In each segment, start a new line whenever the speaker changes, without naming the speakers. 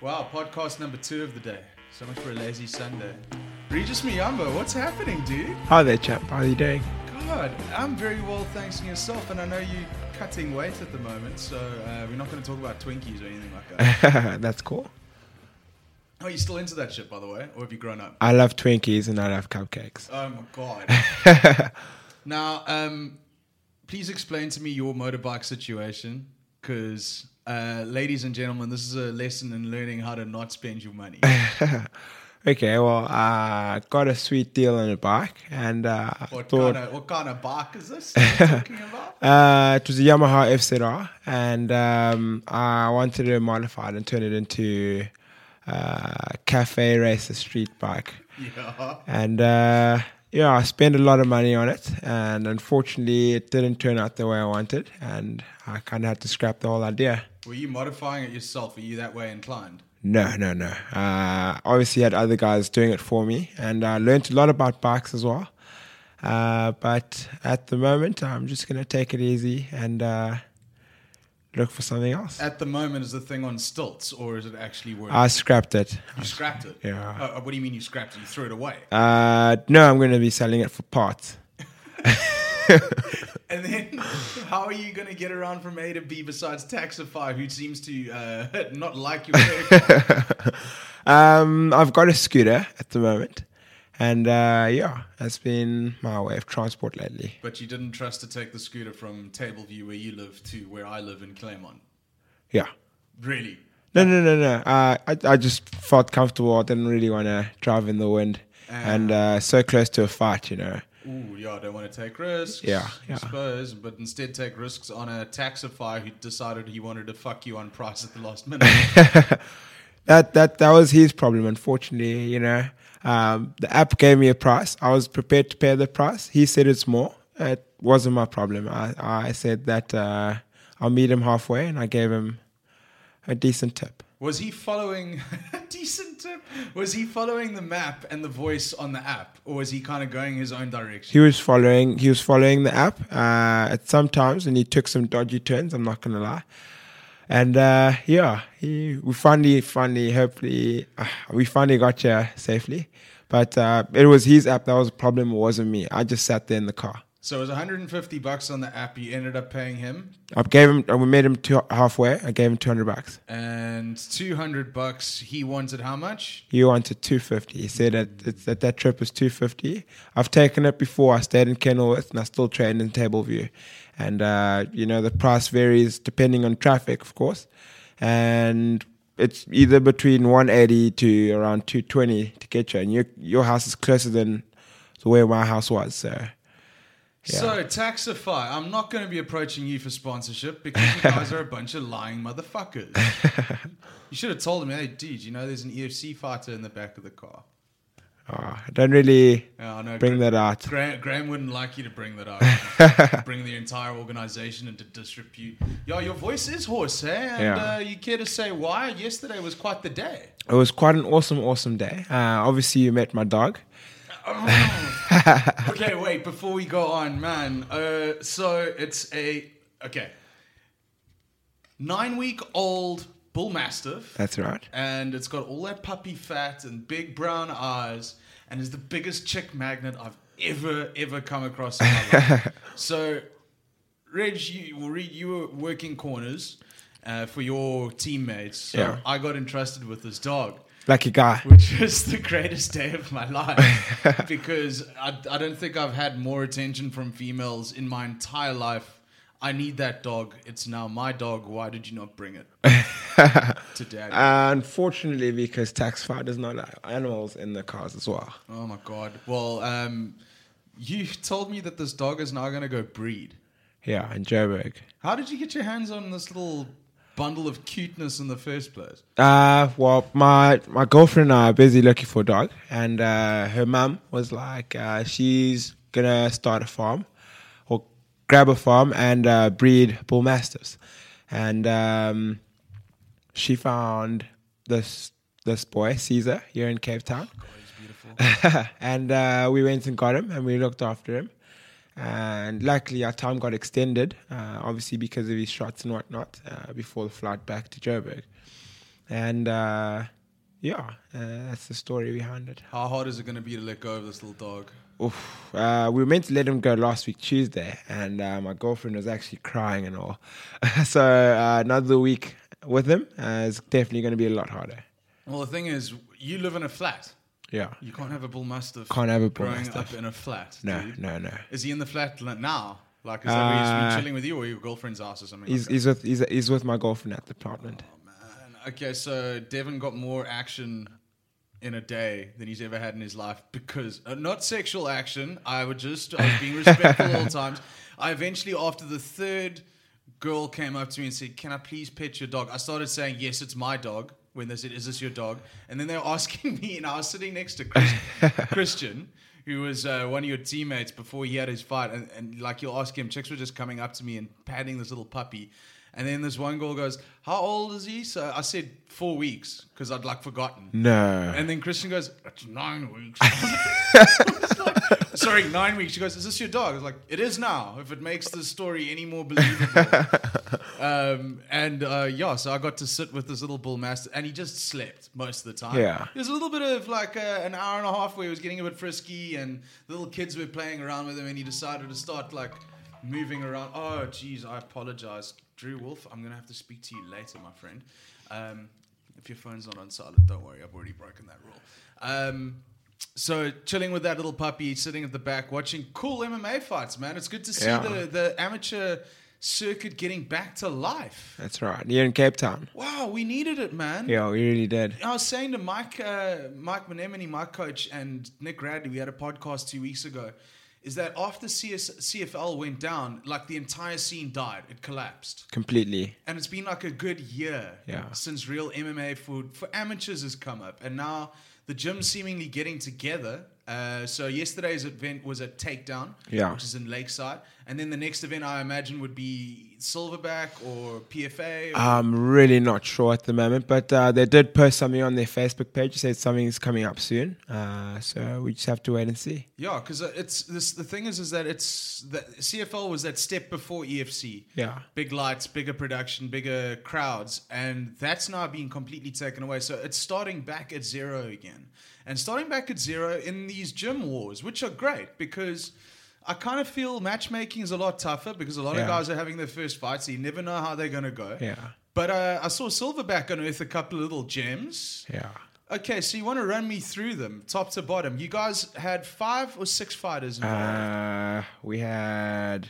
Wow, podcast number two of the day. So much for a lazy Sunday. Regis Miyamba, what's happening, dude?
Hi there, chap. How are you doing?
God, I'm very well, thanks to yourself. And I know you're cutting weight at the moment, so uh, we're not going to talk about Twinkies or anything like that.
That's cool.
oh, you still into that shit, by the way? Or have you grown up?
I love Twinkies and I love cupcakes.
Oh my god. now, um, please explain to me your motorbike situation, because uh, ladies and gentlemen, this is a lesson in learning how to not spend your money.
Okay, well, I got a sweet deal on a bike and uh, I
What
thought
kind of what kind of bike is this? You're talking about?
uh, it was a Yamaha FZR and um, I wanted to modify it and turn it into uh, cafe racer street bike.
Yeah.
And uh, yeah, I spent a lot of money on it, and unfortunately, it didn't turn out the way I wanted, and I kind of had to scrap the whole idea.
Were you modifying it yourself? Were you that way inclined?
No, no, no. Uh, obviously, had other guys doing it for me, and I learned a lot about bikes as well. Uh, but at the moment, I'm just gonna take it easy and uh, look for something else.
At the moment, is the thing on stilts, or is it actually working?
I scrapped it.
you scrapped it.
Uh, Yeah.
Uh, uh, what do you mean you scrapped it? You threw it away.
Uh, no, I'm gonna be selling it for parts.
And then, how are you going to get around from A to B besides Taxify, who seems to uh, not like your work?
Um, I've got a scooter at the moment, and uh, yeah, that's been my way of transport lately.
but you didn't trust to take the scooter from Tableview, where you live, to where I live in Claremont.
Yeah.
Really?
No, no, no, no. Uh, I I just felt comfortable. I didn't really want to drive in the wind, and uh, so close to a fight, you know.
Ooh, yeah, I don't want to take risks.
Yeah,
I
yeah.
suppose, but instead take risks on a Taxify who decided he wanted to fuck you on price at the last minute.
That that that was his problem, unfortunately. You know, um, the app gave me a price. I was prepared to pay the price. He said it's more. It wasn't my problem. I I said that uh, I'll meet him halfway, and I gave him a decent tip.
Was he following decent tip? Was he following the map and the voice on the app, or was he kind of going his own direction?
He was following. He was following the app uh, at some times, and he took some dodgy turns. I'm not gonna lie. And uh, yeah, he, we finally, finally, hopefully, uh, we finally got here safely. But uh, it was his app that was the problem. It wasn't me. I just sat there in the car.
So it was 150 bucks on the app. You ended up paying him,
I gave him. We made him two, halfway. I gave him 200 bucks.
and 200 bucks. He wanted how much?
He wanted 250. He said that it's, that that trip was 250. I've taken it before. I stayed in Kenilworth and I still trained in Tableview, and uh, you know the price varies depending on traffic, of course, and it's either between 180 to around 220 to get you. And your your house is closer than the way my house was, so Yeah.
So Taxify, I'm not going to be approaching you for sponsorship because you guys are a bunch of lying motherfuckers. you should have told him, hey, dude, you know there's an EFC fighter in the back of the car.
uh, I don't really
Yeah, I know.
bring that out.
Graham, Graham wouldn't like you to bring that up. bring the entire organization into disrepute. Yo, your voice is hoarse, eh? And
Yeah.
uh, you care to say why? Yesterday was quite the day.
It was quite an awesome, awesome day. Uh, obviously, you met my dog.
okay, wait, before we go on, man. Uh, so it's a. Okay. Nine week old bull mastiff.
That's right.
and it's got all that puppy fat and big brown eyes and is the biggest chick magnet I've ever ever come across in my life. so, Reg, you well, Reg, you were working corners uh, for your teammates. So
Yeah.
I got entrusted with this dog.
Lucky guy.
Which was the greatest day of my life because I, I don't think I've had more attention from females in my entire life. I need that dog. It's now my dog. Why did you not bring it to daddy?
Uh, unfortunately, because Taxify does not allow animals in the cars as well.
Oh my god. Well, um, you told me that this dog is now going to go breed.
Yeah, in Joburg.
How did you get your hands on this little bundle of cuteness in the first place?
Uh, well, my my girlfriend and I are busy looking for a dog, and uh, her mum was like, uh, she's gonna start a farm or grab a farm and uh, breed bull mastiffs, and um, she found this this boy Caesar here in Cape Town. and uh, we went and got him and we looked after him. And luckily, our time got extended, uh, obviously because of his shots and whatnot, uh, before the flight back to Joburg. And uh, yeah, uh, that's the story behind it.
How hard is it going to be to let go of this little dog?
Oof. Uh, we were meant to let him go last week, Tuesday, and uh, my girlfriend was actually crying and all. so uh, another week with him uh, is definitely going to be a lot harder.
Well, the thing is, you live in a flat.
Yeah.
You can't have a bull mastiff.
Can't have a bull
growing
mastiff.
up in a flat.
No,
dude.
no, no.
Is he in the flat li- now? Like, is that where he's
Uh,
been chilling with you or your girlfriend's house or something?
He's,
like
he's, with, he's, he's with my girlfriend at the apartment.
that? Man. Okay, so Devin got more action in a day than he's ever had in his life because uh, not sexual action. I would just I was being respectful at all times. I eventually, after the third girl came up to me and said, "Can I please pet your dog?" I started saying, "Yes, it's my dog." When they said, "Is this your dog?" and then they were asking me, and I was sitting next to Chris, Christian. Who was uh, one of your teammates before he had his fight? And, and like you'll ask him, chicks were just coming up to me and patting this little puppy. And then this one girl goes, "How old is he?" So I said four weeks because I'd like forgotten.
No.
And then Christian goes, It's nine weeks. It's like, Sorry, nine weeks. She goes, Is this your dog? I was like, It is now, if it makes the story any more believable. um, and uh, yeah, so I got to sit with this little bull master, and he just slept most of the time.
Yeah.
There's a little bit of like uh, an hour and a half where he was getting a bit frisky, and the little kids were playing around with him, and he decided to start like moving around. Oh, geez, I apologize. Drew Wolf, I'm going to have to speak to you later, my friend. Um, if your phone's not on silent, don't worry, I've already broken that rule. Um, so chilling with that little puppy, sitting at the back, watching cool MMA fights, man. It's good to see
Yeah.
the, the amateur circuit getting back to life.
That's right. You're in Cape Town.
Wow, we needed it, man.
Yeah, we really did.
I was saying to Mike, uh, Mike Menemini, my coach, and Nick Radley, we had a podcast two weeks ago, is that after CS- CFL went down, like the entire scene died. It collapsed.
Completely.
And it's been like a good year
Yeah.
since real MMA for, for amateurs has come up. And now the gym's seemingly getting together. Uh, so yesterday's event was at Takedown,
Yeah.
which is in Lakeside. And then the next event I imagine would be Silverback or PFA. or-
I'm really not sure at the moment, but uh, they did post something on their Facebook page. They said something's coming up soon. Uh, so we just have to wait and see.
Yeah, because it's this. The thing is, is that it's the CFL was that step before E EFC.
Yeah.
big lights, bigger production, bigger crowds, and that's now being completely taken away. So it's starting back at zero again, and starting back at zero in these gym wars, which are great because. I kind of feel matchmaking is a lot tougher because a lot of
Yeah.
guys are having their first fights. So you never know how they're going to go.
Yeah.
But uh, I saw Silverback unearth a couple of little gems.
Yeah.
Okay, so you want to run me through them, top to bottom. You guys had five or six fighters involved.
Uh, we had,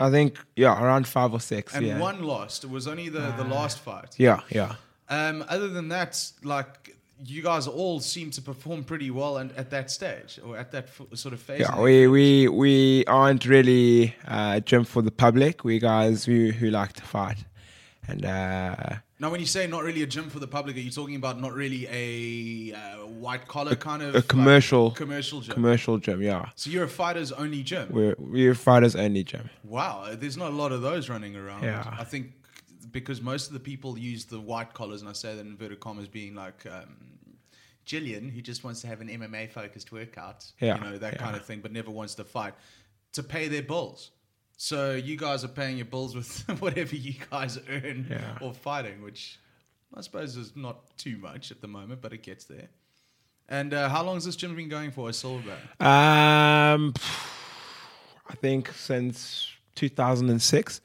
I think, yeah, around five or six.
and
yeah. Uh,
one lost. It was only the, the last fight.
Yeah, yeah.
Um, other than that, like you guys all seem to perform pretty well and at that stage or at that f- sort of phase.
Yeah, we, we, we aren't really uh, a gym for the public. We guys who, who like to fight. And uh,
now, when you say not really a gym for the public, are you talking about not really a uh, white collar kind of
a
like,
commercial-
commercial gym?
commercial gym, yeah.
so you're a fighters only gym.
We're, we're a fighters only gym.
Wow, uh, there's not a lot of those running around.
Yeah.
I think because most of the people use the white collars, and I say that in inverted commas, being like um, Jillian, who just wants to have an MMA focused workout,
Yeah,
you know, that
yeah.
kind of thing, but never wants to fight, to pay their bills. So you guys are paying your bills with whatever you guys earn
Yeah.
or fighting, which I suppose is not too much at the moment, but it gets there. And uh, how long has this gym been going for? A silver.
Um, I think since 2006.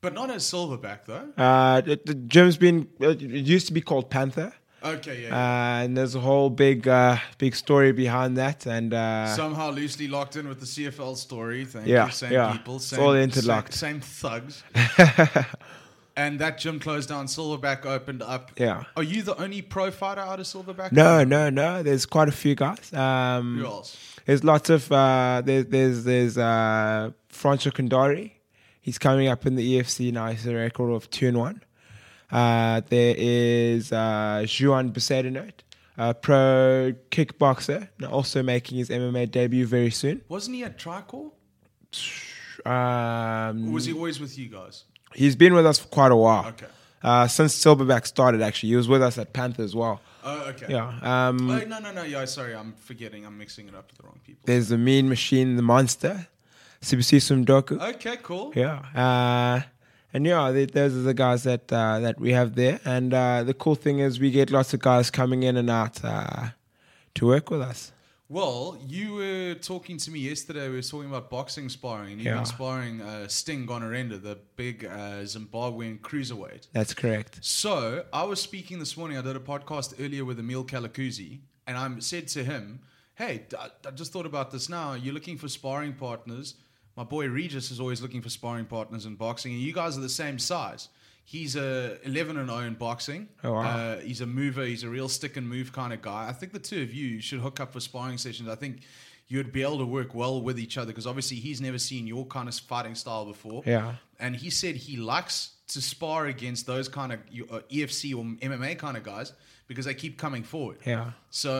But not a silverback, though.
Uh, the, the gym's been uh, it used to be called Panther,
Okay, yeah.
uh, and there's a whole big uh, big story behind that. And uh,
somehow loosely locked in with the CFL story. Thank
Yeah,
you. Same
yeah.
people,
It's
same,
all interlocked.
same, same thugs. and that gym closed down. Silverback opened up.
Yeah.
Are you the only pro fighter out of Silverback?
no, no, no. There's quite a few guys.
Who
Um,
else?
there's lots of uh, there, there's there's uh, Francho Kondari. He's coming up in the E EFC now. He's a record of two and one. Uh, there is uh, Juan Besedinot, a pro kickboxer, now also making his MMA debut very soon.
Wasn't he at Tricor? Or
Um,
was he always with you guys?
he's been with us for quite a while.
Okay.
Uh, since Silverback started, actually, he was with us at Panther as well.
Oh, okay.
Yeah.
Oh,
Um,
no, no, no. Yeah, sorry. I'm forgetting. I'm mixing it up with the wrong people.
there's the Mean Machine, the Monster, Sibusiso Mdoku.
Okay, cool.
Yeah. Uh, And yeah, th those are the guys that uh, that we have there. And uh, the cool thing is, we get lots of guys coming in and out uh, to work with us.
Well, you were talking to me yesterday. We were talking about boxing sparring, and you've
Yeah.
been sparring uh, Sting Gonorenda, the big uh, Zimbabwean cruiserweight.
That's correct.
So I was speaking this morning. I did a podcast earlier with Emil Kalakuzi, and I said to him, "Hey, d- I, I just thought about this now. You're looking for sparring partners. My boy Regis is always looking for sparring partners in boxing, and you guys are the same size. He's a 11 and 0 in boxing.
Oh, wow.
uh, he's a mover. He's a real stick and move kind of guy. I think the two of you should hook up for sparring sessions. I think." You'd be able to work well with each other because obviously he's never seen your kind of fighting style before
Yeah.
and he said he likes to spar against those kind of uh, EFC or MMA kind of guys because they keep coming forward.
Yeah.
So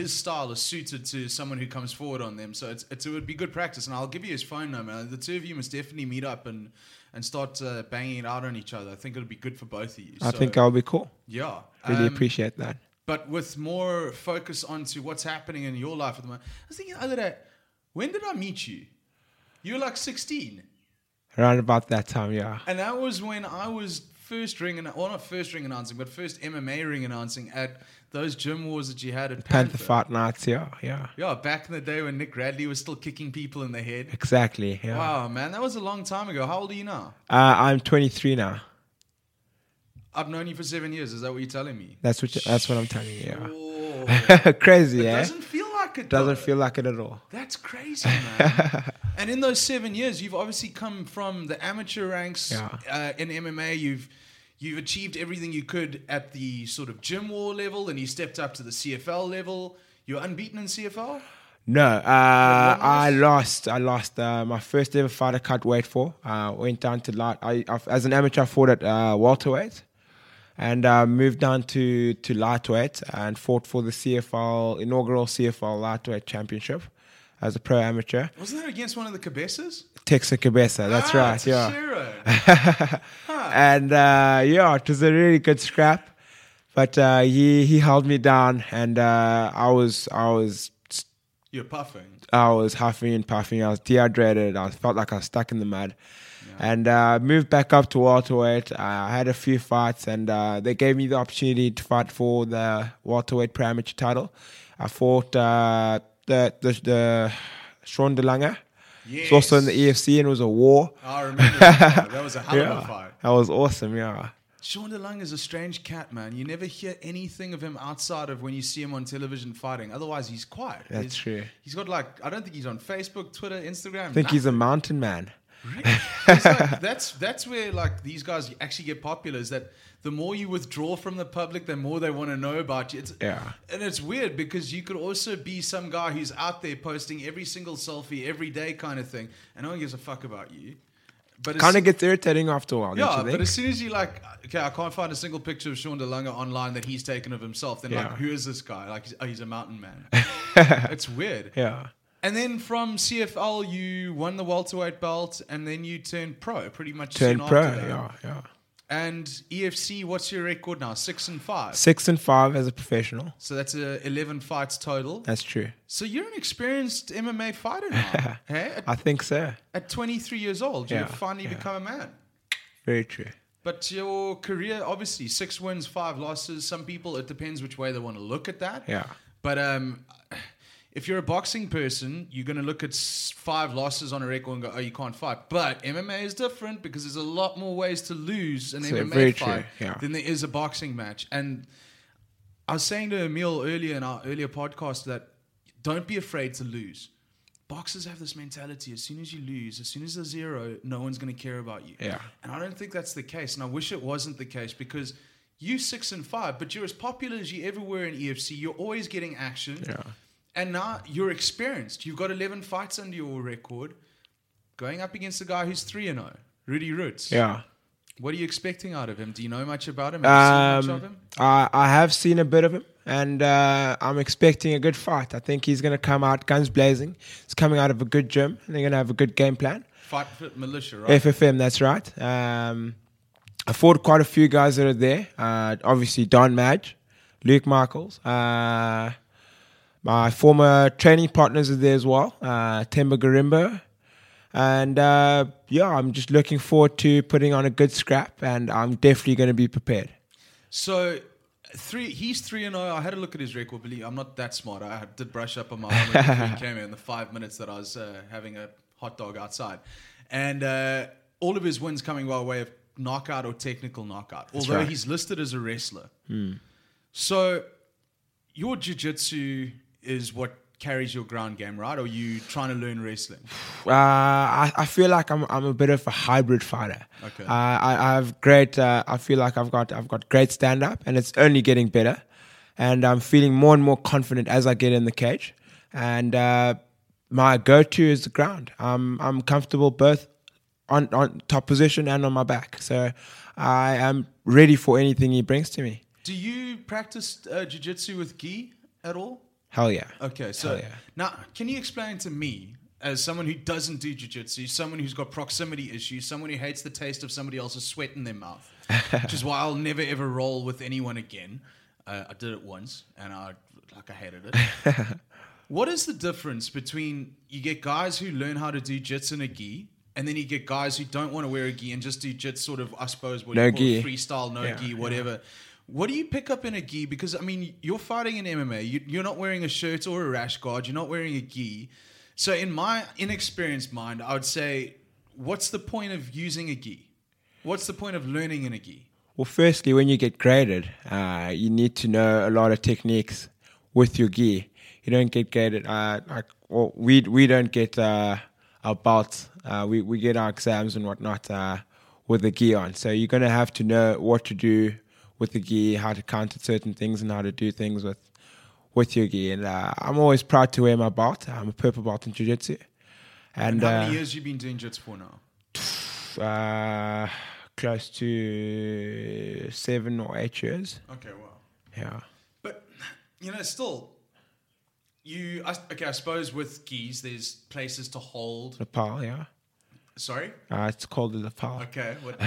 his style is suited to someone who comes forward on them. So it's, it's, it would be good practice, and I'll give you his phone number. The two of you must definitely meet up and and start uh, banging it out on each other. I think it'll be good for both of you.
I
so,
think I'll be cool.
yeah,
Really
Um,
appreciate that.
but with more focus onto what's happening in your life at the moment. I was thinking the other day, when did I meet you? You were like sixteen.
Around about that time, yeah.
And that was when I was first ring and well not first ring announcing, but first MMA ring announcing at those gym wars that you had at Panther.
Panther fight nights, yeah, yeah.
Yeah, back in the day when Nick Radley was still kicking people in the head.
Exactly. Yeah.
Wow, man, that was a long time ago. How old are you now?
Uh, I'm 23 now.
I've known you for seven years. Is that what you're telling me?
That's what. That's what I'm telling you.
Whoa.
Yeah. Crazy, yeah.
Doesn't feel like it.
Doesn't
though.
feel like it at all.
That's crazy, man. and in those seven years, you've obviously come from the amateur ranks
Yeah.
uh, in MMA. You've you've achieved everything you could at the sort of gym war level, and you stepped up to the CFL level. You're unbeaten in CFL.
No, uh,
What
I
was-
lost. I lost uh, my first ever fight. I can't wait for. Uh, went down to light. I, I as an amateur I fought at uh, welterweight, and uh, moved down to to lightweight and fought for the CFL inaugural CFL lightweight championship as a pro amateur.
Wasn't that against one of the Cabezas?
Texa Cabeza. That's
Ah,
right. Yeah.
Teixeira.
and uh, yeah, it was a really good scrap. But uh, he he held me down, and uh, I was I was
You're puffing.
I was huffing and puffing. I was dehydrated. I felt like I was stuck in the mud. And uh, moved back up to welterweight. I had a few fights, and uh, they gave me the opportunity to fight for the welterweight pro amateur title. I fought uh, the, the the Sean DeLanger. It's also in the E EFC, and it was a war.
I remember that, fight. that was a hell of a fight.
that was awesome. Yeah.
Sean DeLung is a strange cat, man. You never hear anything of him outside of when you see him on television fighting. Otherwise, he's quiet.
That's
He's-
true.
He's got like I don't think he's on Facebook, Twitter, Instagram.
I think he's a mountain man.
that's that's where like these guys actually get popular. Is that the more you withdraw from the public, the more they want to know about you. It's,
Yeah.
and it's weird because you could also be some guy who's out there posting every single selfie every day, kind of thing, and no one gives a fuck about you. But it's-
Kind of gets irritating after a while,
yeah,
don't you
but
think?
as soon as you like, okay, I can't find a single picture of Sean DeLonga online that he's taken of himself. Then
Yeah.
like, who is this guy? Like, he's, oh, he's a mountain man. it's weird.
Yeah.
And then from CFL, you won the welterweight belt, and then you turned pro, pretty much.
Turned
soon
pro.
After that.
Yeah, yeah.
And EFC, what's your record now? Six and five.
Six and five as a professional.
So that's uh, eleven fights total.
That's true.
So you're an experienced MMA fighter now. hey, at,
I think so.
at 23 years old,
Yeah,
you've finally
yeah.
become a man.
Very true.
But your career, obviously, six wins, five losses. Some people, it depends which way they want to look at that.
Yeah.
But um, if you're a boxing person, you're going to look at s- five losses on a record and go, oh, you can't fight. But MMA is different because there's a lot more ways to lose an
So,
MMA
very true,
fight
yeah.
than there is a boxing match. And I was saying to Emil earlier in our earlier podcast that don't be afraid to lose. Boxers have this mentality as soon as you lose, as soon as there's zero, no one's going to care about you.
Yeah.
And I don't think that's the case. And I wish it wasn't the case because you six and five, but you're as popular as you ever were in EFC. You're always getting action.
Yeah.
And now you're experienced. You've got 11 fights under your record going up against a guy who's 3 and 0, Rudy Roots.
Yeah.
What are you expecting out of him? Do you know much about him? Have you seen much of
Um,
him?
I, I have seen a bit of him, and uh, I'm expecting a good fight. I think he's going to come out guns blazing. He's coming out of a good gym, and they're going to have a good game plan.
Fight Fit Militia, right?
FFM, that's right. Um, I fought quite a few guys that are there. Uh, obviously, Don Madge, Luke Michaels. Uh, my former training partners are there as well. Uh, Temba Garimbo. And uh, yeah, I'm just looking forward to putting on a good scrap, and I'm definitely going to be prepared.
So three, he's three and zero. I had a look at his record. Believe I'm not that smart. I did brush up on my armor before he came here in the five minutes that I was uh, having a hot dog outside, and uh, all of his wins coming by way of knockout or technical knockout. Although
right.
he's listed as a wrestler, so your jiu-jitsu is what carries your ground game, right? Or you trying to learn wrestling?
Uh, I, I feel like I'm I'm a bit of a hybrid fighter.
Okay.
Uh, I, I have great. Uh, I feel like I've got I've got great stand up, and it's only getting better. And I'm feeling more and more confident as I get in the cage. And uh, my go to is the ground. I'm I'm comfortable both on on top position and on my back. So I am ready for anything he brings to me.
Do you practice uh, jiu-jitsu with gi at all?
Hell yeah.
Okay, so
Hell yeah.
now can you explain to me, as someone who doesn't do jujitsu, someone who's got proximity issues, someone who hates the taste of somebody else's sweat in their mouth, which is why I'll never ever roll with anyone again. Uh, I did it once, and I like I hated it. what is the difference between you get guys who learn how to do jits in a gi? And then you get guys who don't want to wear a gi and just do jits, sort of, I suppose, what
No
you call
gi.
it, freestyle, no
Yeah,
gi, whatever. What do you pick up in a gi? Because I mean, you're fighting in MMA. You, you're not wearing a shirt or a rash guard. You're not wearing a gi. So, in my inexperienced mind, I would say, what's the point of using a gi? What's the point of learning in a gi?
Well, firstly, when you get graded, uh, you need to know a lot of techniques with your gear. You don't get graded. Uh, like, well, we we don't get uh, our belts. Uh, we we get our exams and whatnot uh, with the gear on. So you're gonna have to know what to do with the gear, how to counter certain things, and how to do things with with your gear. And uh, I'm always proud to wear my belt. I'm a purple belt in jiu-jitsu. And,
And how many
uh,
years you been doing jits for now?
uh, close to seven or eight years.
Okay, wow.
Yeah.
But you know, still, you I, okay? I suppose with gis, there's places to hold.
Lapel, yeah.
Sorry.
Uh, it's called the lapel.
Okay, what,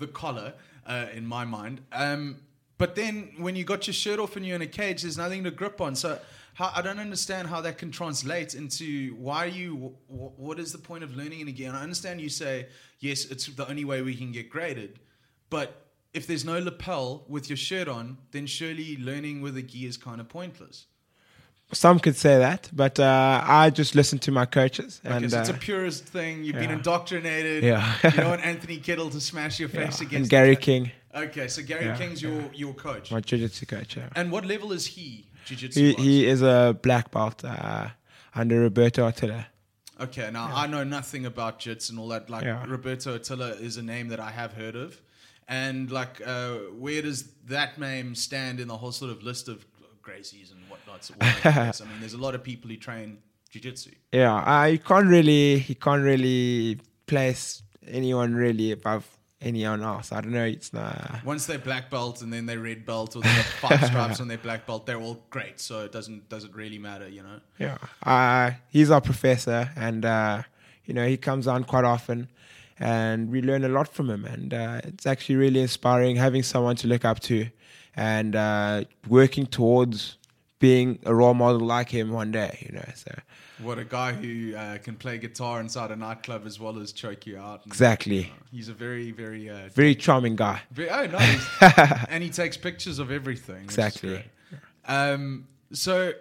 the collar uh, in my mind. Um, but then when you got your shirt off and you're in a cage, there's nothing to grip on. So how, I don't understand how that can translate into why you. wh- wh- what is the point of learning it again? I understand you say yes, it's the only way we can get graded, but if there's no lapel with your shirt on, then surely learning with a gi is kind of pointless.
Some could say that, but uh, I just listen to my coaches.
Okay,
And,
so it's a
uh,
purist thing. You've been
yeah.
indoctrinated.
Yeah.
you don't want Anthony Kittle to smash your
yeah.
face against
and
the
Gary
ca-
King,
Okay, so Gary
Yeah,
King's your your coach.
my jiu-jitsu coach. Yeah.
And what level is he? Jiu-jitsu.
He,
wise?
he is a black belt uh, under Roberto Attila.
okay, now I know nothing about jits and all that. Like
Yeah.
Roberto Attila is a name that I have heard of, and like uh, where does that name stand in the whole sort of list of Gracies and whatnots? all over the place? I mean, there's a lot of people who train jiu-jitsu.
Yeah, uh, you can't really, he can't really place anyone really above anyone else. I don't know. It's uh,
Once they're black belt and then they're red belt or they have five stripes on their black belt, they're all great. So it doesn't doesn't really matter, you know.
Yeah. Uh, he's our professor, and uh, you know he comes on quite often, and we learn a lot from him. And uh, it's actually really inspiring having someone to look up to, and uh, working towards being a role model like him one day. You know, so
What a guy who uh, can play guitar inside a nightclub as well as choke you out. and-
exactly,
He's a very, very, uh,
very charming guy.
very oh, nice. and he takes pictures of everything. which is
Exactly.
great. Um, so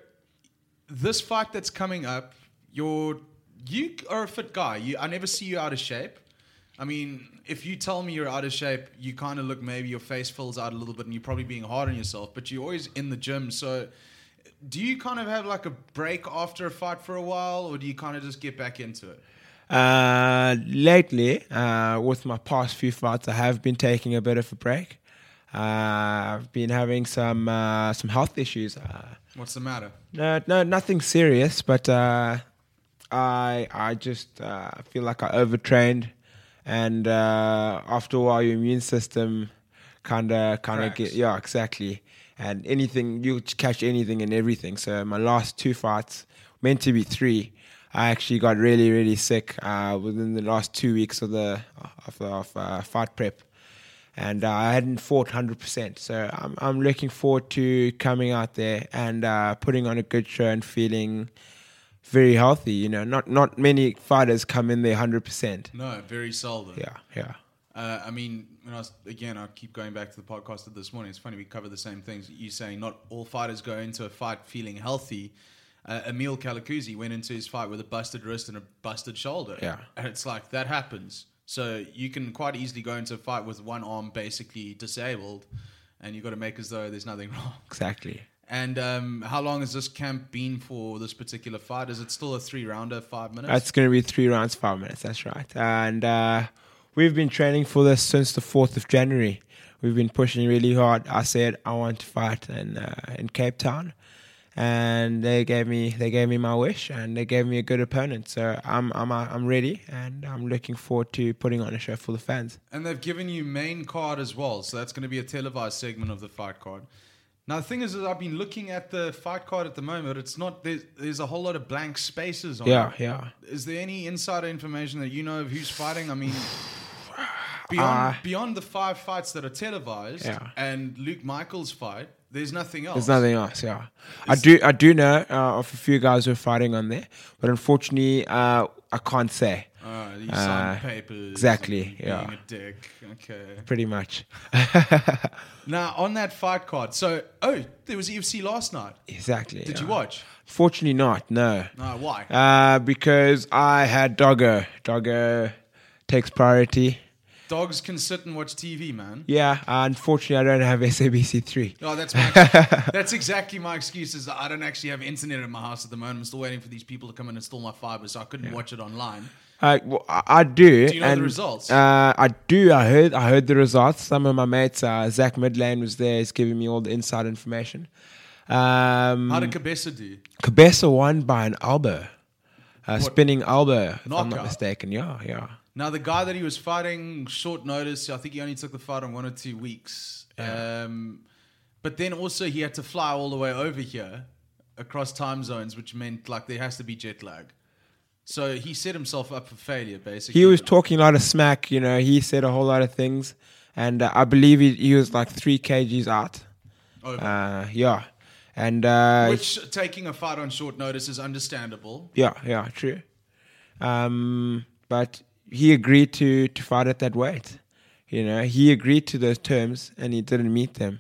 this fight that's coming up, you're you are a fit guy. You, I never see you out of shape. I mean, if you tell me you're out of shape, you kind of look maybe your face fills out a little bit, and you're probably being hard on yourself. But you're always in the gym, so. Do you kind of have like a break after a fight for a while, or do you kind of just get back into it?
Uh, lately, uh, with my past few fights, I have been taking a bit of a break. Uh, I've been having some uh, some health issues. Uh,
What's the matter?
No, no, nothing serious, but uh, I I just uh, feel like I overtrained, and uh, after a while, your immune system kind of kind of
Cracks.
get yeah exactly, and anything you catch anything and everything. So my last two fights, meant to be three, I actually got really really sick uh, within the last two weeks of the of, the, of uh, fight prep. And uh, I hadn't fought 100%. So I'm, I'm looking forward to coming out there and uh, putting on a good show and feeling very healthy. You know, not not many fighters come in there hundred percent.
No, very seldom.
Yeah, yeah,
Uh, I mean, when I was, again, I keep going back to the podcast of this morning. It's funny we cover the same things. You saying not all fighters go into a fight feeling healthy. Uh, Emil Kalakuzzi went into his fight with a busted wrist and a busted shoulder.
Yeah.
and it's like that happens. So you can quite easily go into a fight with one arm basically disabled, and you've got to make as though there's nothing wrong.
exactly.
And um, how long has this camp been for this particular fight? Is it still a three rounder, five minutes?
That's going to be three rounds, five minutes. That's right. And uh, we've been training for this since the 4th of January. We've been pushing really hard. I said I want to fight in uh, in Cape Town, and they gave me they gave me my wish and they gave me a good opponent. So I'm I'm uh, I'm ready and I'm looking forward to putting on a show for the fans.
And they've given you main card as well, so that's going to be a televised segment of the fight card. Now the thing is, is I've been looking at the fight card at the moment. It's not there's, there's a whole lot of blank spaces on.
Yeah,
it.
yeah.
Is there any insider information that you know of who's fighting? I mean, beyond beyond the five fights that are televised
Yeah.
and Luke Michaels' fight, there's nothing else.
There's nothing else, yeah. I do, I do know uh, of a few guys who are fighting on there, but unfortunately, uh, I can't say
Uh, you signed
Uh,
papers.
exactly,
and
yeah.
Being a dick. Okay.
pretty much.
Now on that fight card, so oh, there was UFC last night.
exactly.
Did
yeah.
you watch?
Fortunately, not. No.
No, why?
Uh, because I had Doggo. Doggo takes priority.
Dogs can sit and watch TV, man.
Yeah, unfortunately, I don't have SABC3.
Oh, that's my ex- that's exactly my excuse. Is that I don't actually have internet at my house at the moment. I'm still waiting for these people to come and install my fiber, so I couldn't watch it online.
Uh, well, I, I do.
Do you know the
and,
results?
Uh, I do. I heard. I heard the results. Some of my mates, uh, Zach Midland, was there. He's giving me all the inside information. Um,
How did Cabeza do?
Cabeza won by an elbow, uh, spinning elbow. If I'm
Knockout.
not mistaken. Yeah, yeah.
Now the guy that he was fighting, short notice. I think he only took the fight on one or two weeks. Um, but then also he had to fly all the way over here across time zones, which meant like there has to be jet lag. So he set himself up for failure, basically.
He was talking a lot of smack. You know, he said a whole lot of things, and uh, I believe he, he was like three kgs out.
over.
Uh, yeah, and uh,
which taking a fight on short notice is understandable.
yeah, yeah, true. Um, but he agreed to to fight at that weight. You know, he agreed to those terms, and he didn't meet them,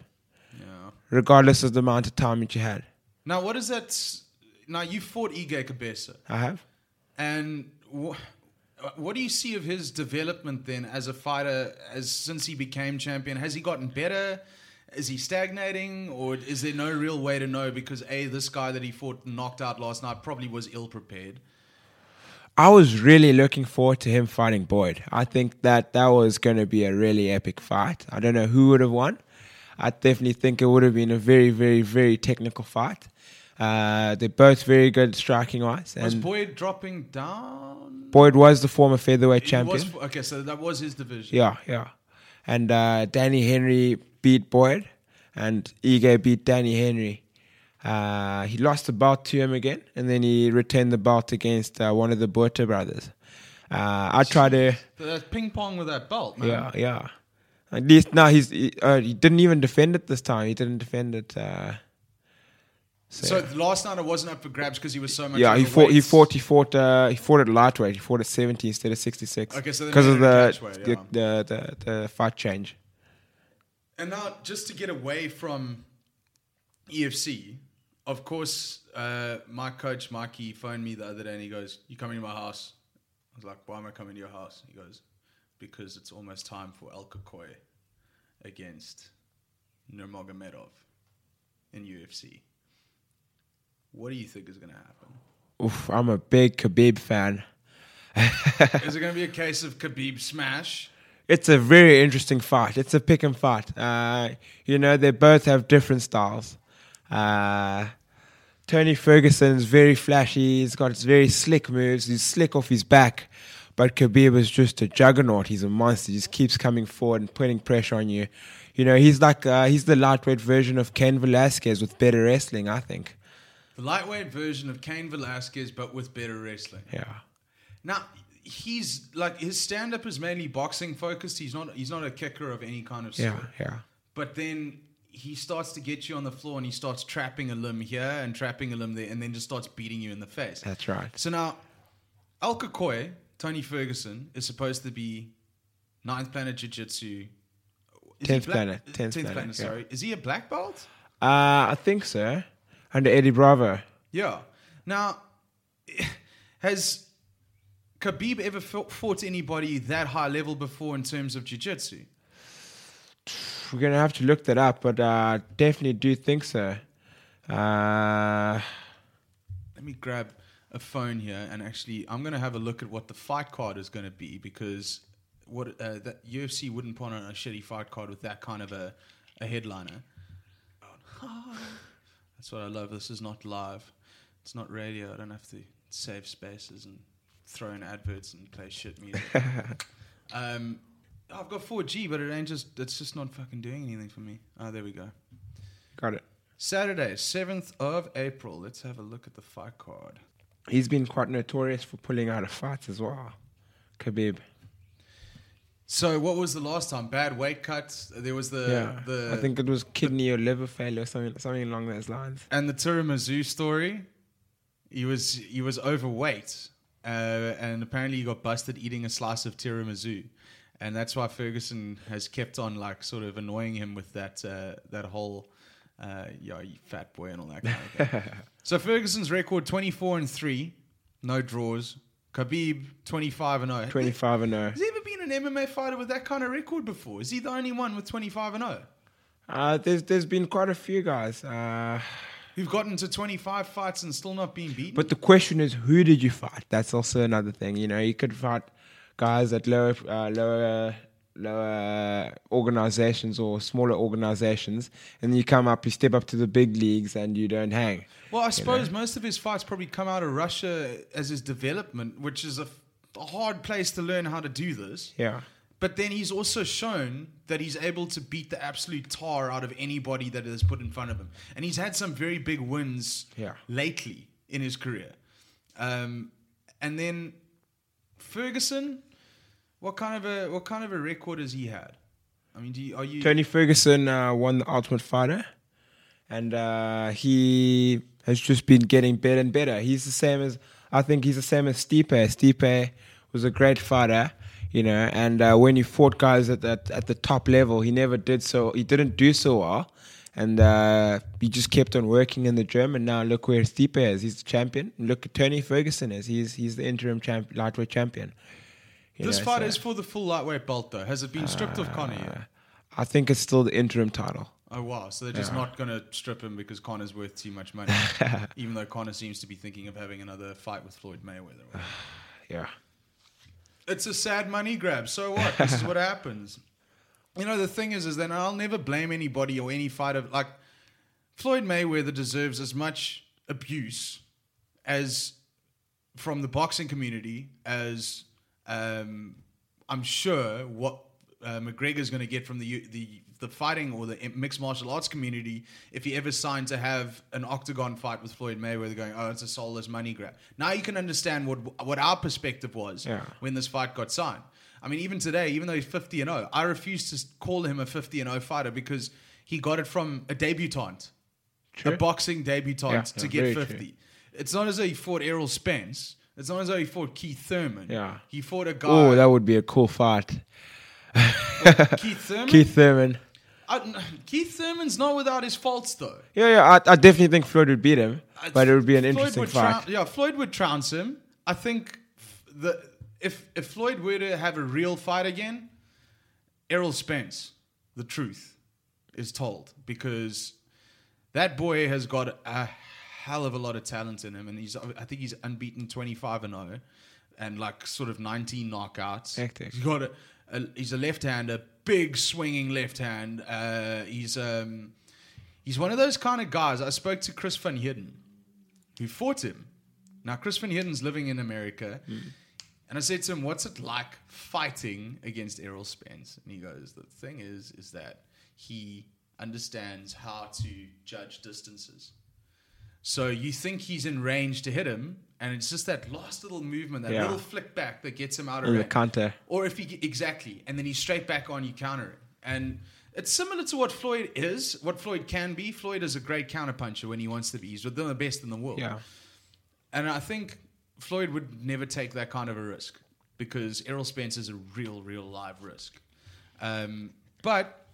Yeah.
regardless of the amount of time that you had.
Now, what is that? s- Now, you fought Ige Kabesa,
I have.
and wh- what do you see of his development then as a fighter? As since he became champion, has he gotten better? Is he stagnating, or is there no real way to know? Because a this guy that he fought and knocked out last night probably was ill prepared.
I was really looking forward to him fighting Boyd. I think that that was going to be a really epic fight. I don't know who would have won. I definitely think it would have been a very, very, very technical fight. Uh, they're both very good striking wise,
Was
and
Boyd dropping down?
Boyd was the former featherweight
He was-
champion.
okay, so that was his division.
Yeah, yeah. And uh, Danny Henry beat Boyd, and Ige beat Danny Henry. Uh, he lost the belt to him again, and then he retained the belt against uh, one of the Boerter brothers. Uh, I try to,
So that's ping pong with that belt, man.
yeah, yeah. At least now he's he, uh, he didn't even defend it this time. He didn't defend it. Uh, so,
So last night it wasn't up for grabs because he was so much.
yeah, he
overweight.
fought. He fought. He fought. Uh, he fought at lightweight. He fought at seventy instead of sixty-six.
Okay, so they
because
made
of
it a
the,
catchweight,
the,
yeah.
the the the fight change.
And now, just to get away from EFC, of course, uh, my coach Mikey phoned me the other day and he goes, "You coming to my house?" I was like, "Why am I coming to your house?" He goes, "Because it's almost time for El Kakoi against Nurmagomedov in UFC." What do you think is going to happen?
Oof, I'm a big Khabib fan.
is it going to be a case of Khabib smash?
It's a very interesting fight. It's a pick and fight. Uh, you know, they both have different styles. Uh, Tony Ferguson's very flashy. He's got very slick moves. He's slick off his back. But Khabib is just a juggernaut. He's a monster. He just keeps coming forward and putting pressure on you. You know, he's like uh, he's the lightweight version of Ken Velasquez with better wrestling, I think.
The lightweight version of Cain Velasquez, but with better wrestling.
Yeah.
Now he's like his stand up is mainly boxing focused. He's not he's not a kicker of any kind of sort.
Yeah, yeah.
But then he starts to get you on the floor and he starts trapping a limb here and trapping a limb there and then just starts beating you in the face.
That's right.
So now, Al Kakoi, Tony Ferguson, is supposed to be ninth planet jiu jitsu.
10th planet, 10th
10th
planet,
planet,
yeah.
sorry. Is he a black belt?
Uh, I think so. Under Eddie Bravo.
Yeah. Now, has Khabib ever fou- fought anybody that high level before in terms of jiu-jitsu?
We're gonna have to look that up, but uh, definitely do think so. Uh,
Let me grab a phone here and actually, I'm going to have a look at what the fight card is going to be because what uh, that UFC wouldn't put on a shitty fight card with that kind of a, a headliner. That's what I love. This is not live. It's not radio. I don't have to save spaces and throw in adverts and play shit music. um, I've got 4G, but it ain't just. It's just not fucking doing anything for me. Oh, there we go.
got it.
Saturday, seventh of April. Let's have a look at the fight card.
He's been quite notorious for pulling out of fights as well. Khabib.
So, what was the last time? Bad weight cuts. There was the
yeah,
the
I think it was kidney or liver failure, or something, something along those lines.
and the Tiramisu story. He was he was overweight, uh, and apparently he got busted eating a slice of tiramisu, and that's why Ferguson has kept on like sort of annoying him with that uh, that whole uh, yo you fat boy and all that kind of thing. so Ferguson's record twenty four and three, no draws. Khabib twenty five and zero.
Twenty-five and oh. zero.
Has there ever been an MMA fighter with that kind of record before? Is he the only one with twenty five and oh? zero?
Uh, there's there's been quite a few guys, uh,
Who've gotten to twenty five fights and still not been beaten?
but the question is, who did you fight? That's also another thing. You know, you could fight guys at lower uh, lower lower organizations or smaller organizations, and you come up, you step up to the big leagues, and you don't hang.
Well, I suppose most of his fights probably come out of Russia as his development, which is a, f- a hard place to learn how to do this.
Yeah,
But then he's also shown that he's able to beat the absolute tar out of anybody that is put in front of him. And he's had some very big wins
Yeah.
lately in his career. Um, and then Ferguson, what kind of a what kind of a record has he had? I mean, do you, are you
Tony Ferguson uh, won the Ultimate Fighter, and uh, he has just been getting better and better. He's the same as I think he's the same as Stipe. Stipe was a great fighter, you know, and uh, when he fought guys at the, at the top level, he never did so. He didn't do so well, and uh, he just kept on working in the gym. And now look where Stipe is. He's the champion. And look at Tony Ferguson is. He's he's the interim champ, lightweight champion. You
this
know,
fight
so, Ah,
is for the full lightweight belt though. Has it been stripped of Conor yet?
uh, I think it's still the interim title.
Oh wow! So they're just not going to strip him because Connor's worth too much money, even though Connor seems to be thinking of having another fight with Floyd Mayweather.
Yeah.
it's a sad money grab. So what? This is what happens. You know the thing is, is that I'll never blame anybody or any fighter. Like Floyd Mayweather deserves as much abuse as from the boxing community as um, I'm sure what uh, McGregor's going to get from the U- the the fighting or the mixed martial arts community if he ever signed to have an octagon fight with Floyd Mayweather going oh it's a soulless money grab now you can understand what what our perspective was
Yeah.
when this fight got signed I mean even today even though he's 50 and 0 I refuse to s- call him a 50 and 0 fighter because he got it from a debutant a boxing debutant
Yeah,
to
yeah,
get
very true.
50 it's not as though he fought Errol Spence. It's not as though he fought Keith Thurman.
Yeah.
He fought a guy.
Oh, that would be a cool fight.
Keith Thurman. Keith.
Keith Thurman.
Keith Thurman's not without his faults, though.
Yeah, yeah, I, I definitely think Floyd would beat him,
I-
but it would be an
Floyd
interesting
would
fight.
trou- yeah, Floyd would trounce him. I think f- the if if Floyd were to have a real fight again, Errol Spence, the truth is told because that boy has got a hell of a lot of talent in him, and he's I think he's unbeaten twenty five and zero, and like sort of nineteen knockouts.
Hectic.
He's got a, a he's a left hander, big swinging left hand. Uh, he's um he's one of those kind of guys. I spoke to Chris Van Heerden, who fought him. Now Chris Van Heerden's living in America. And I said to him, "What's it like fighting against Errol Spence?" And he goes, "The thing is, is that he understands how to judge distances. So you think he's in range to hit him, and it's just that last little movement, that
Yeah.
little flick back that gets him out of
In the
range.
counter.
Or if he exactly, and then he's straight back on, you counter it, and It's similar to what Floyd is, what Floyd can be. Floyd is a great counterpuncher when he wants to be. He's within the best in the world.
Yeah.
And I think Floyd would never take that kind of a risk because Errol Spence is a real, real live risk. Um, but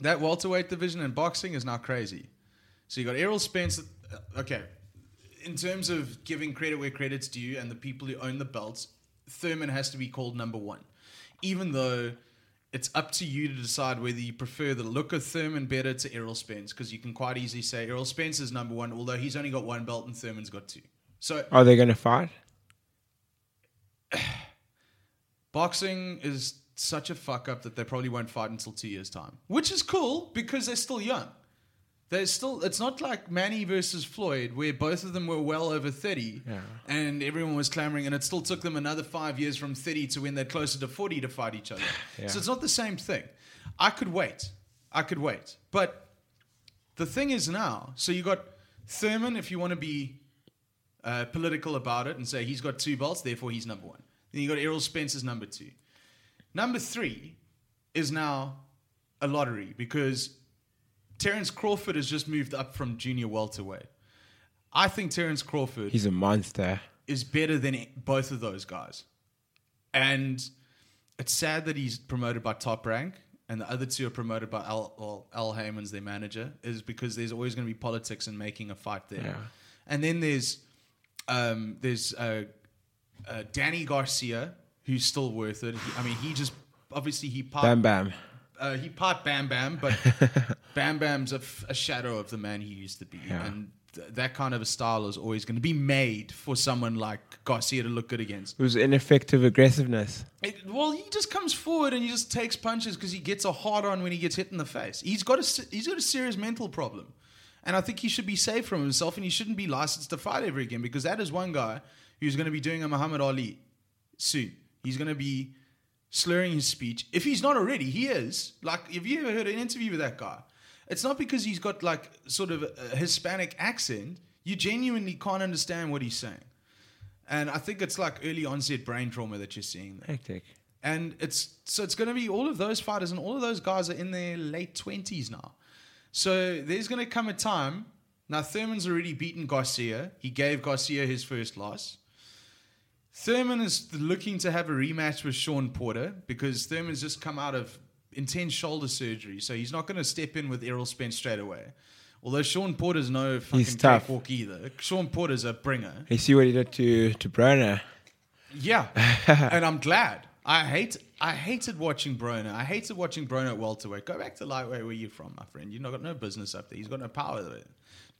that welterweight division in boxing is now crazy. So you got Errol Spence. uh, Okay, in terms of giving credit where credit's due and the people who own the belts, Thurman has to be called number one, even though it's up to you to decide whether you prefer the look of Thurman better to Errol Spence because you can quite easily say Errol Spence is number one, although he's only got one belt and Thurman's got two. So
Are they going to fight?
boxing is such a fuck up that they probably won't fight until two years time, which is cool because they're still young. They're still. It's not like Manny versus Floyd, where both of them were well over thirty,
Yeah.
and everyone was clamoring, and it still took them another five years from thirty to when they're closer to forty to fight each other.
Yeah.
So it's not the same thing. I could wait. I could wait, but the thing is now. So you got Thurman, if you want to be uh, political about it and say he's got two belts, therefore he's number one. Then you got Errol Spence as number two. Number three is now a lottery because Terence Crawford has just moved up from junior welterweight. I think Terence Crawford
He's a monster.
is better than both of those guys. And it's sad that he's promoted by Top Rank and the other two are promoted by Al, well, Al Heyman's their manager, is because there's always going to be politics in making a fight there.
Yeah.
And then there's um, there's uh, uh, Danny Garcia, who's still worth it. He- I mean, he just obviously he popped
Bam bam.
uh, he part Bam Bam, but Bam Bam's a, f- a shadow of the man he used to be,
Yeah.
and th- that kind of a style is always going to be made for someone like Garcia to look good against.
It was ineffective aggressiveness.
It, well, he just comes forward and he just takes punches because he gets a hard on when he gets hit in the face. He's got a se- he's got a serious mental problem, and I think he should be safe from himself and he shouldn't be licensed to fight ever again because that is one guy who's going to be doing a Muhammad Ali soon. He's going to be slurring his speech if he's not already. He is like have you ever heard an interview with that guy? It's not because he's got like sort of a Hispanic accent. You genuinely can't understand what he's saying. And I think it's like early onset brain trauma that you're seeing there.
Hectic.
And it's so it's going to be all of those fighters, and all of those guys are in their late twenties now. So there's going to come a time. Now Thurman's already beaten Garcia. He gave Garcia his first loss. Thurman is looking to have a rematch with Sean Porter because Thurman's just come out of intense shoulder surgery, so he's not going to step in with Errol Spence straight away. Although Sean Porter's no fucking
tough.
cakewalk either. Sean Porter's a bringer.
You see what he did to to Broner.
Yeah, and I'm glad. I hate. I hated watching Broner. I hated watching Broner at welterweight. Go back to lightweight where you're from, my friend. You've not got no business up there. He's got no power there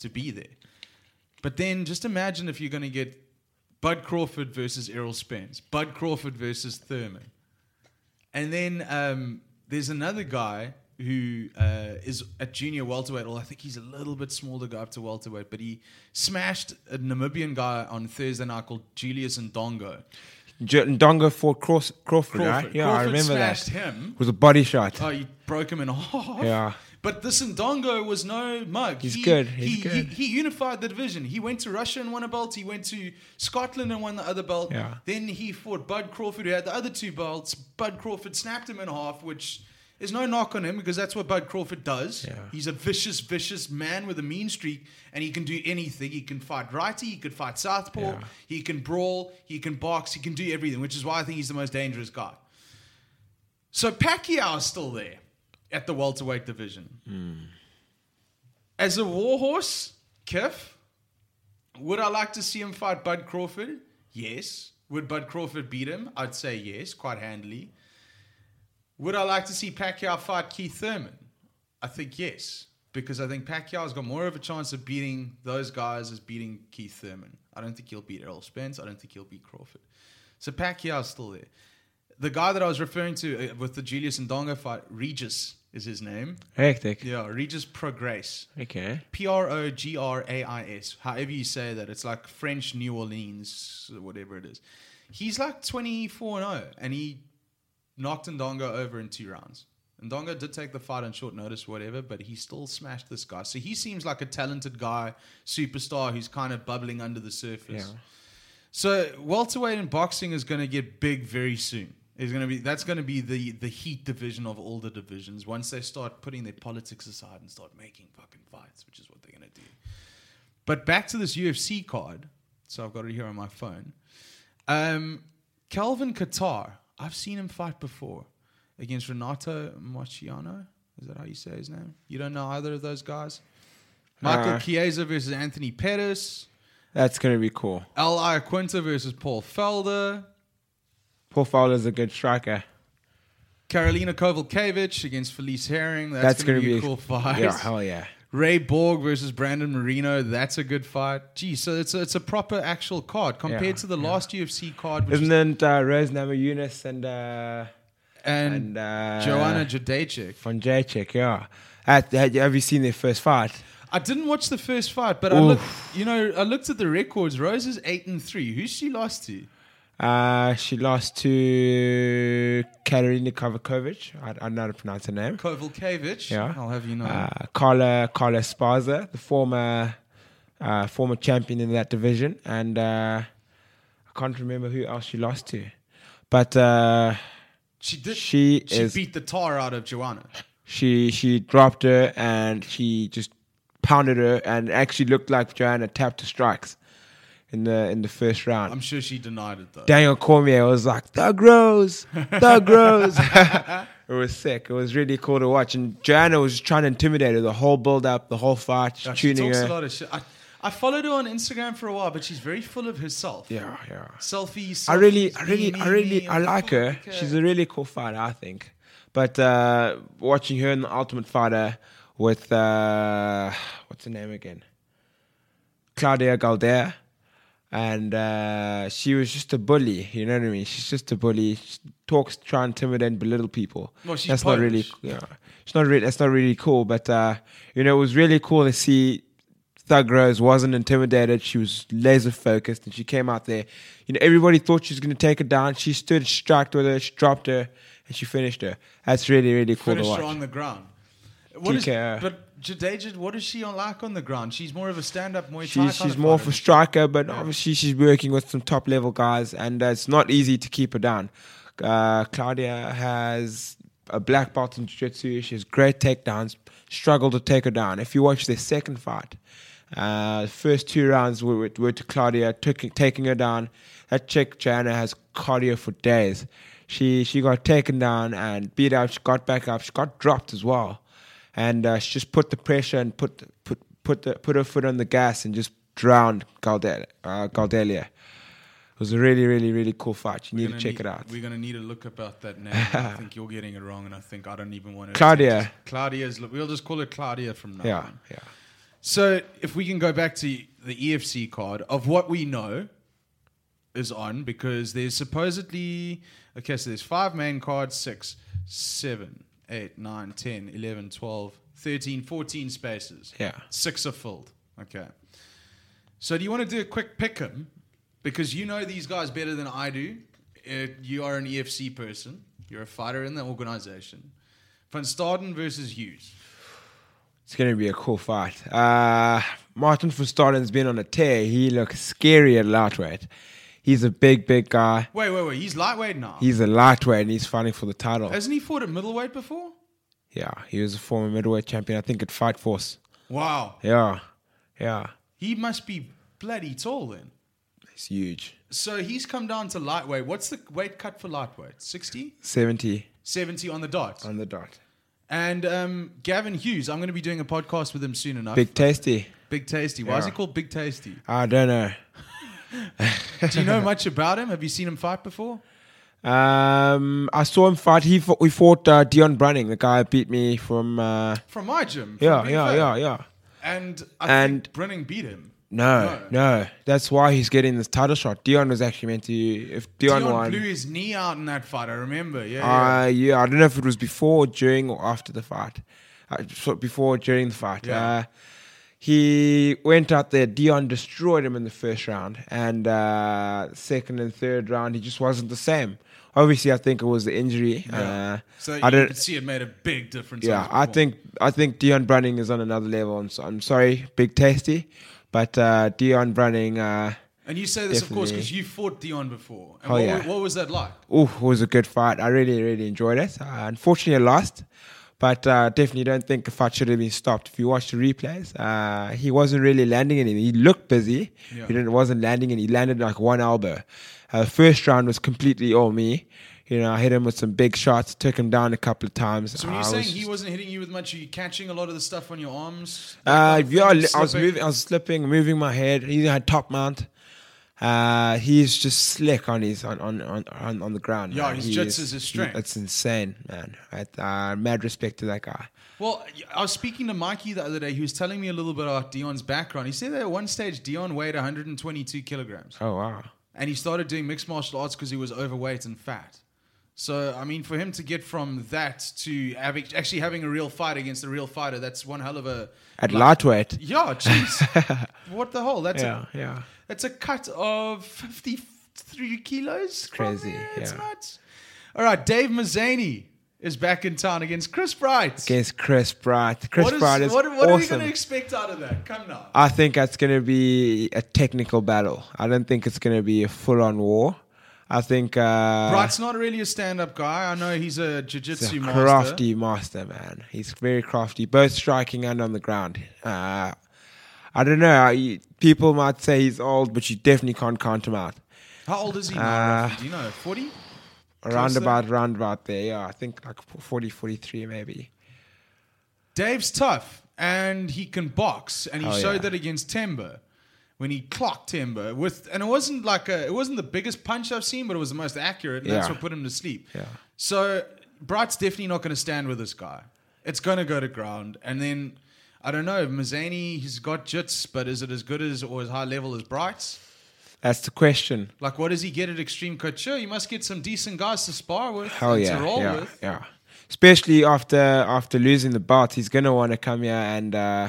to be there. But then just imagine if you're going to get Bud Crawford versus Errol Spence, Bud Crawford versus Thurman, and then um, there's another guy who uh, is at junior welterweight. Well, I think he's a little bit smaller guy up to welterweight, but he smashed a Namibian guy on Thursday night called Julius Ndongo.
J- Ndongo fought Crawford, Crawford, right?
Crawford.
Yeah, I
Crawford
remember
smashed
that.
him.
It was a body shot.
Oh, you broke him in half.
Yeah.
But this Ndongo was no mug.
He's good. He's
he,
good.
He, he unified the division. He went to Russia and won a belt. He went to Scotland and won the other belt.
Yeah.
Then he fought Bud Crawford, who had the other two belts. Bud Crawford snapped him in half, which is no knock on him because that's what Bud Crawford does.
Yeah.
He's a vicious, vicious man with a mean streak, and he can do anything. He can fight righty, he could fight southpaw,
Yeah.
he can brawl, he can box, he can do everything, which is why I think he's the most dangerous guy. So Pacquiao is still there at the welterweight division.
Hmm.
As a warhorse, Kef, would I like to see him fight Bud Crawford? Yes. Would Bud Crawford beat him? I'd say yes, quite handily. Would I like to see Pacquiao fight Keith Thurman? I think yes, because I think Pacquiao's got more of a chance of beating those guys as beating Keith Thurman. I don't think he'll beat Errol Spence. I don't think he'll beat Crawford. So Pacquiao's still there. The guy that I was referring to uh, with the Julius and Donga fight, Regis is his name.
Hectic.
Yeah, Regis Prograis.
Okay.
P R O G R A I S. However you say that, it's like French New Orleans, whatever it is. He's like 24 and 0, and he knocked Ndonga over in two rounds. Ndonga did take the fight on short notice, whatever, but he still smashed this guy. So he seems like a talented guy, superstar who's kind of bubbling under the surface.
Yeah.
So welterweight in boxing is going to get big very soon. Is going to be that's going to be the the heat division of all the divisions once they start putting their politics aside and start making fucking fights, which is what they're going to do. But back to this UFC card. So I've got it here on my phone. Um, Calvin Qatar. I've seen him fight before against Renato Marciano. Is that how you say his name? You don't know either of those guys. Michael
Uh.
Chiesa versus Anthony Pettis.
That's gonna be cool.
L.I. Quinta versus Paul Felder.
Paul Fowler's a good striker.
Karolina Kovalkiewicz against Felice Herring. That's,
That's,
going to be, a
a
cool fight.
Yeah, hell yeah.
Ray Borg versus Brandon Marino. That's a good fight. Gee, so it's a, it's a proper actual card compared
Yeah,
to the last UFC card, which
Isn't
is,
it uh, Rose Namajunas Yunus and uh,
and,
and uh,
Joanna Jadajczyk.
von Jacek? Yeah. At, had- have you seen their first fight?
I didn't watch the first fight, but I looked, you know, I looked at the records. Rose is eight and three. Who's she lost to?
Uh, she lost to Katerina Kovakovic. I, I don't know how to pronounce her name.
Kovalkiewicz.
Yeah.
I'll have you know.
Uh, Carla Carla Sparza, the former uh, former champion in that division, and uh, I can't remember who else she lost to, but uh,
she did. She,
she is
beat the tar out of Joanna.
she she dropped her and she just pounded her and actually looked like Joanna tapped her strikes in the in the first round.
I'm sure she denied it though.
Daniel Cormier was like Thug Rose, Thug Rose. it was sick. It was really cool to watch. And Joanna was trying to intimidate her the whole build up, the whole fight, just
Yeah, she
tuning
talks
her.
a lot of shit. I, I followed her on Instagram for a while, but she's very full of herself.
Yeah, yeah.
Selfies.
I really,
selfies,
I really,
me,
I
me,
really,
me.
I
I'm
like her.
fuck,
She's
uh,
a really cool fighter, I think. But uh, watching her in the Ultimate Fighter with uh, what's her name again, Claudia Galdea, and uh, she was just a bully. You know what I mean? She's just a bully. She talks, try and intimidate, and belittle people.
Well, she's
that's not really,
Polish.
yeah. It's not really. That's not really cool. But uh, you know, it was really cool to see Thug Rose wasn't intimidated. She was laser focused and she came out there. You know, everybody thought she was going to take her down. She stood, she struck with her, she dropped her, and she finished her. That's really, really cool to
finished her
watch.
on the ground. What is,
TKO.
but Jadeja, what is she on like on the ground? She's more of a stand-up Muay Thai.
She,
kind
she's
of
more of
fighter.
a striker, but obviously she's working with some top level guys, and uh, it's not easy to keep her down. Uh, Claudia has a black belt in jiu jitsu. She has great takedowns, struggled to take her down. If you watch their second fight, uh, the first two rounds were, were, were to Claudia, took, taking her down. That chick, Joanna, has cardio for days. She, she got taken down and beat up. She got back up. She got dropped as well and uh, she just put the pressure and put put put the, put her foot on the gas and just drowned Galdel, uh, Galdelia. It was a really really really cool fight. You need to
Gonna
check
need-
it out.
We're gonna need a look about that name. I think you're getting it wrong, and I think I don't even want to.
Claudia.
Claudia's. We'll just call it Claudia from now.
Yeah,
on.
yeah.
So if we can go back to the EFC card of what we know is on because there's supposedly okay, so there's five main cards, six, seven, eight, nine, ten, eleven, twelve, thirteen, fourteen spaces.
Yeah.
Six are filled. Okay. So do you want to do a quick pick 'em? Because you know these guys better than I do. Uh, you are an EFC person. You're a fighter in the organization. Van Staden versus Hughes.
It's going to be a cool fight. Uh, Martin Van Staden's been on a tear. He looks scary at lightweight. He's a big big guy.
Wait, wait, wait. He's lightweight now.
He's a lightweight and he's fighting for the title.
Hasn't he fought at middleweight before?
Yeah, he was a former middleweight champion. I think at Fight Force.
Wow.
Yeah, yeah.
He must be bloody tall then.
It's huge.
So he's come down to lightweight. What's the weight cut for lightweight? 60?
Seventy
70 on the dot.
on the dot.
And um, Gavin Hughes, I'm going to be doing a podcast with him soon enough. Big,
Big tasty.
Tasty. Why is he
Yeah.
called Big Tasty?
I don't know.
Do you know much about him? Have you seen him fight before?
Um, I saw him fight. He fought, we fought uh, Dion Brunning, the guy who beat me from. Uh,
From my gym. from
yeah,
BFA.
yeah, yeah, yeah.
And I
And-
think Brenning beat him.
No, no, That's why he's getting this title shot. Dion was actually meant to. If Dion,
Dion
won,
blew his knee out in that fight. I remember. Yeah. yeah.
uh, yeah, I don't know if it was before, during, or after the fight. Uh, so before, during the fight.
Yeah.
Uh, he went out there. Dion destroyed him in the first round, and uh, second and third round, he just wasn't the same. Obviously, I think it was the injury. Uh,
so
I
you
don't.
could see it made a big difference. on
Yeah,
his
I
performance.
think I think Dion Brunning is on another level. I'm, so- I'm sorry, Big Tasty, but uh, Dion Brunning, uh,
And you say this, of course, because
Definitely.
you fought Dion before. And
Oh,
what,
yeah.
what was that like?
Ooh, it was a good fight. I really, really enjoyed it. Uh, unfortunately, I lost, but uh, definitely don't think the fight should have been stopped. If you watch the replays, uh, he wasn't really landing anything. He looked busy.
Yeah.
He didn't, wasn't landing, and he landed like one elbow. Uh, first round was completely all me. You know, I hit him with some big shots, took him down a couple of times.
So when you're
I
saying
was
he wasn't hitting you with much, are you catching a lot of the stuff on your arms?
Uh, yeah, I li- I was
Slipping?
moving, I was slipping, moving my head. He had top mount. Uh, he's just slick on his on on on, on, on the ground.
Yeah,
man.
his
He
jits is his strength.
It's insane, man. Right? Uh, mad respect to that guy.
Well, I was speaking to Mikey the other day. He was telling me a little bit about Dion's background. He said that at one stage Dion weighed 122 kilograms,
Oh wow.
and he started doing mixed martial arts because he was overweight and fat. So, I mean, for him to get from that to having, actually having a real fight against a real fighter, that's one hell of a
At lightweight.
yeah. Jeez, what the hell? That's
Yeah,
a,
yeah.
that's a cut of 53 kilos. from
Crazy,
there. It's
yeah.
nuts. All right, Dave Mazzani is back in town against Chris Bright.
Against Chris Bright. Chris
What is-
Bright is
what, what are we
awesome. Uh,
going to expect out of that? Come now.
I think that's going to be a technical battle. I don't think it's going to be a full-on war. I think uh,
Bright's not really a stand-up guy. I know he's a
He's
jiu-jitsu
a
master.
crafty master, man. He's very crafty, both striking and on the ground. Uh, I don't know. I, people might say he's old, but you definitely can't count him out.
How old is he now?
Uh,
roughly? Do you know? 40?
Around
Close to-
about, round about there. Yeah, I think like 40, 43 maybe.
Dave's tough and he can box and he
Oh,
showed
yeah.
that against Timber when he clocked Timber with and it wasn't like a it wasn't the biggest punch I've seen but it was the most accurate and that's
Yeah.
what put him to sleep.
Yeah.
So Bright's definitely not going to stand with this guy. It's going to go to ground and then I don't know Mazzani he's got jits but is it as good as or as high level as Bright's?
That's the question.
Like what does he get at Extreme Couture? You must get some decent guys to spar with
Hell
and
yeah,
to roll
yeah,
with.
yeah. Especially after after losing the bout, he's gonna want to come here and uh,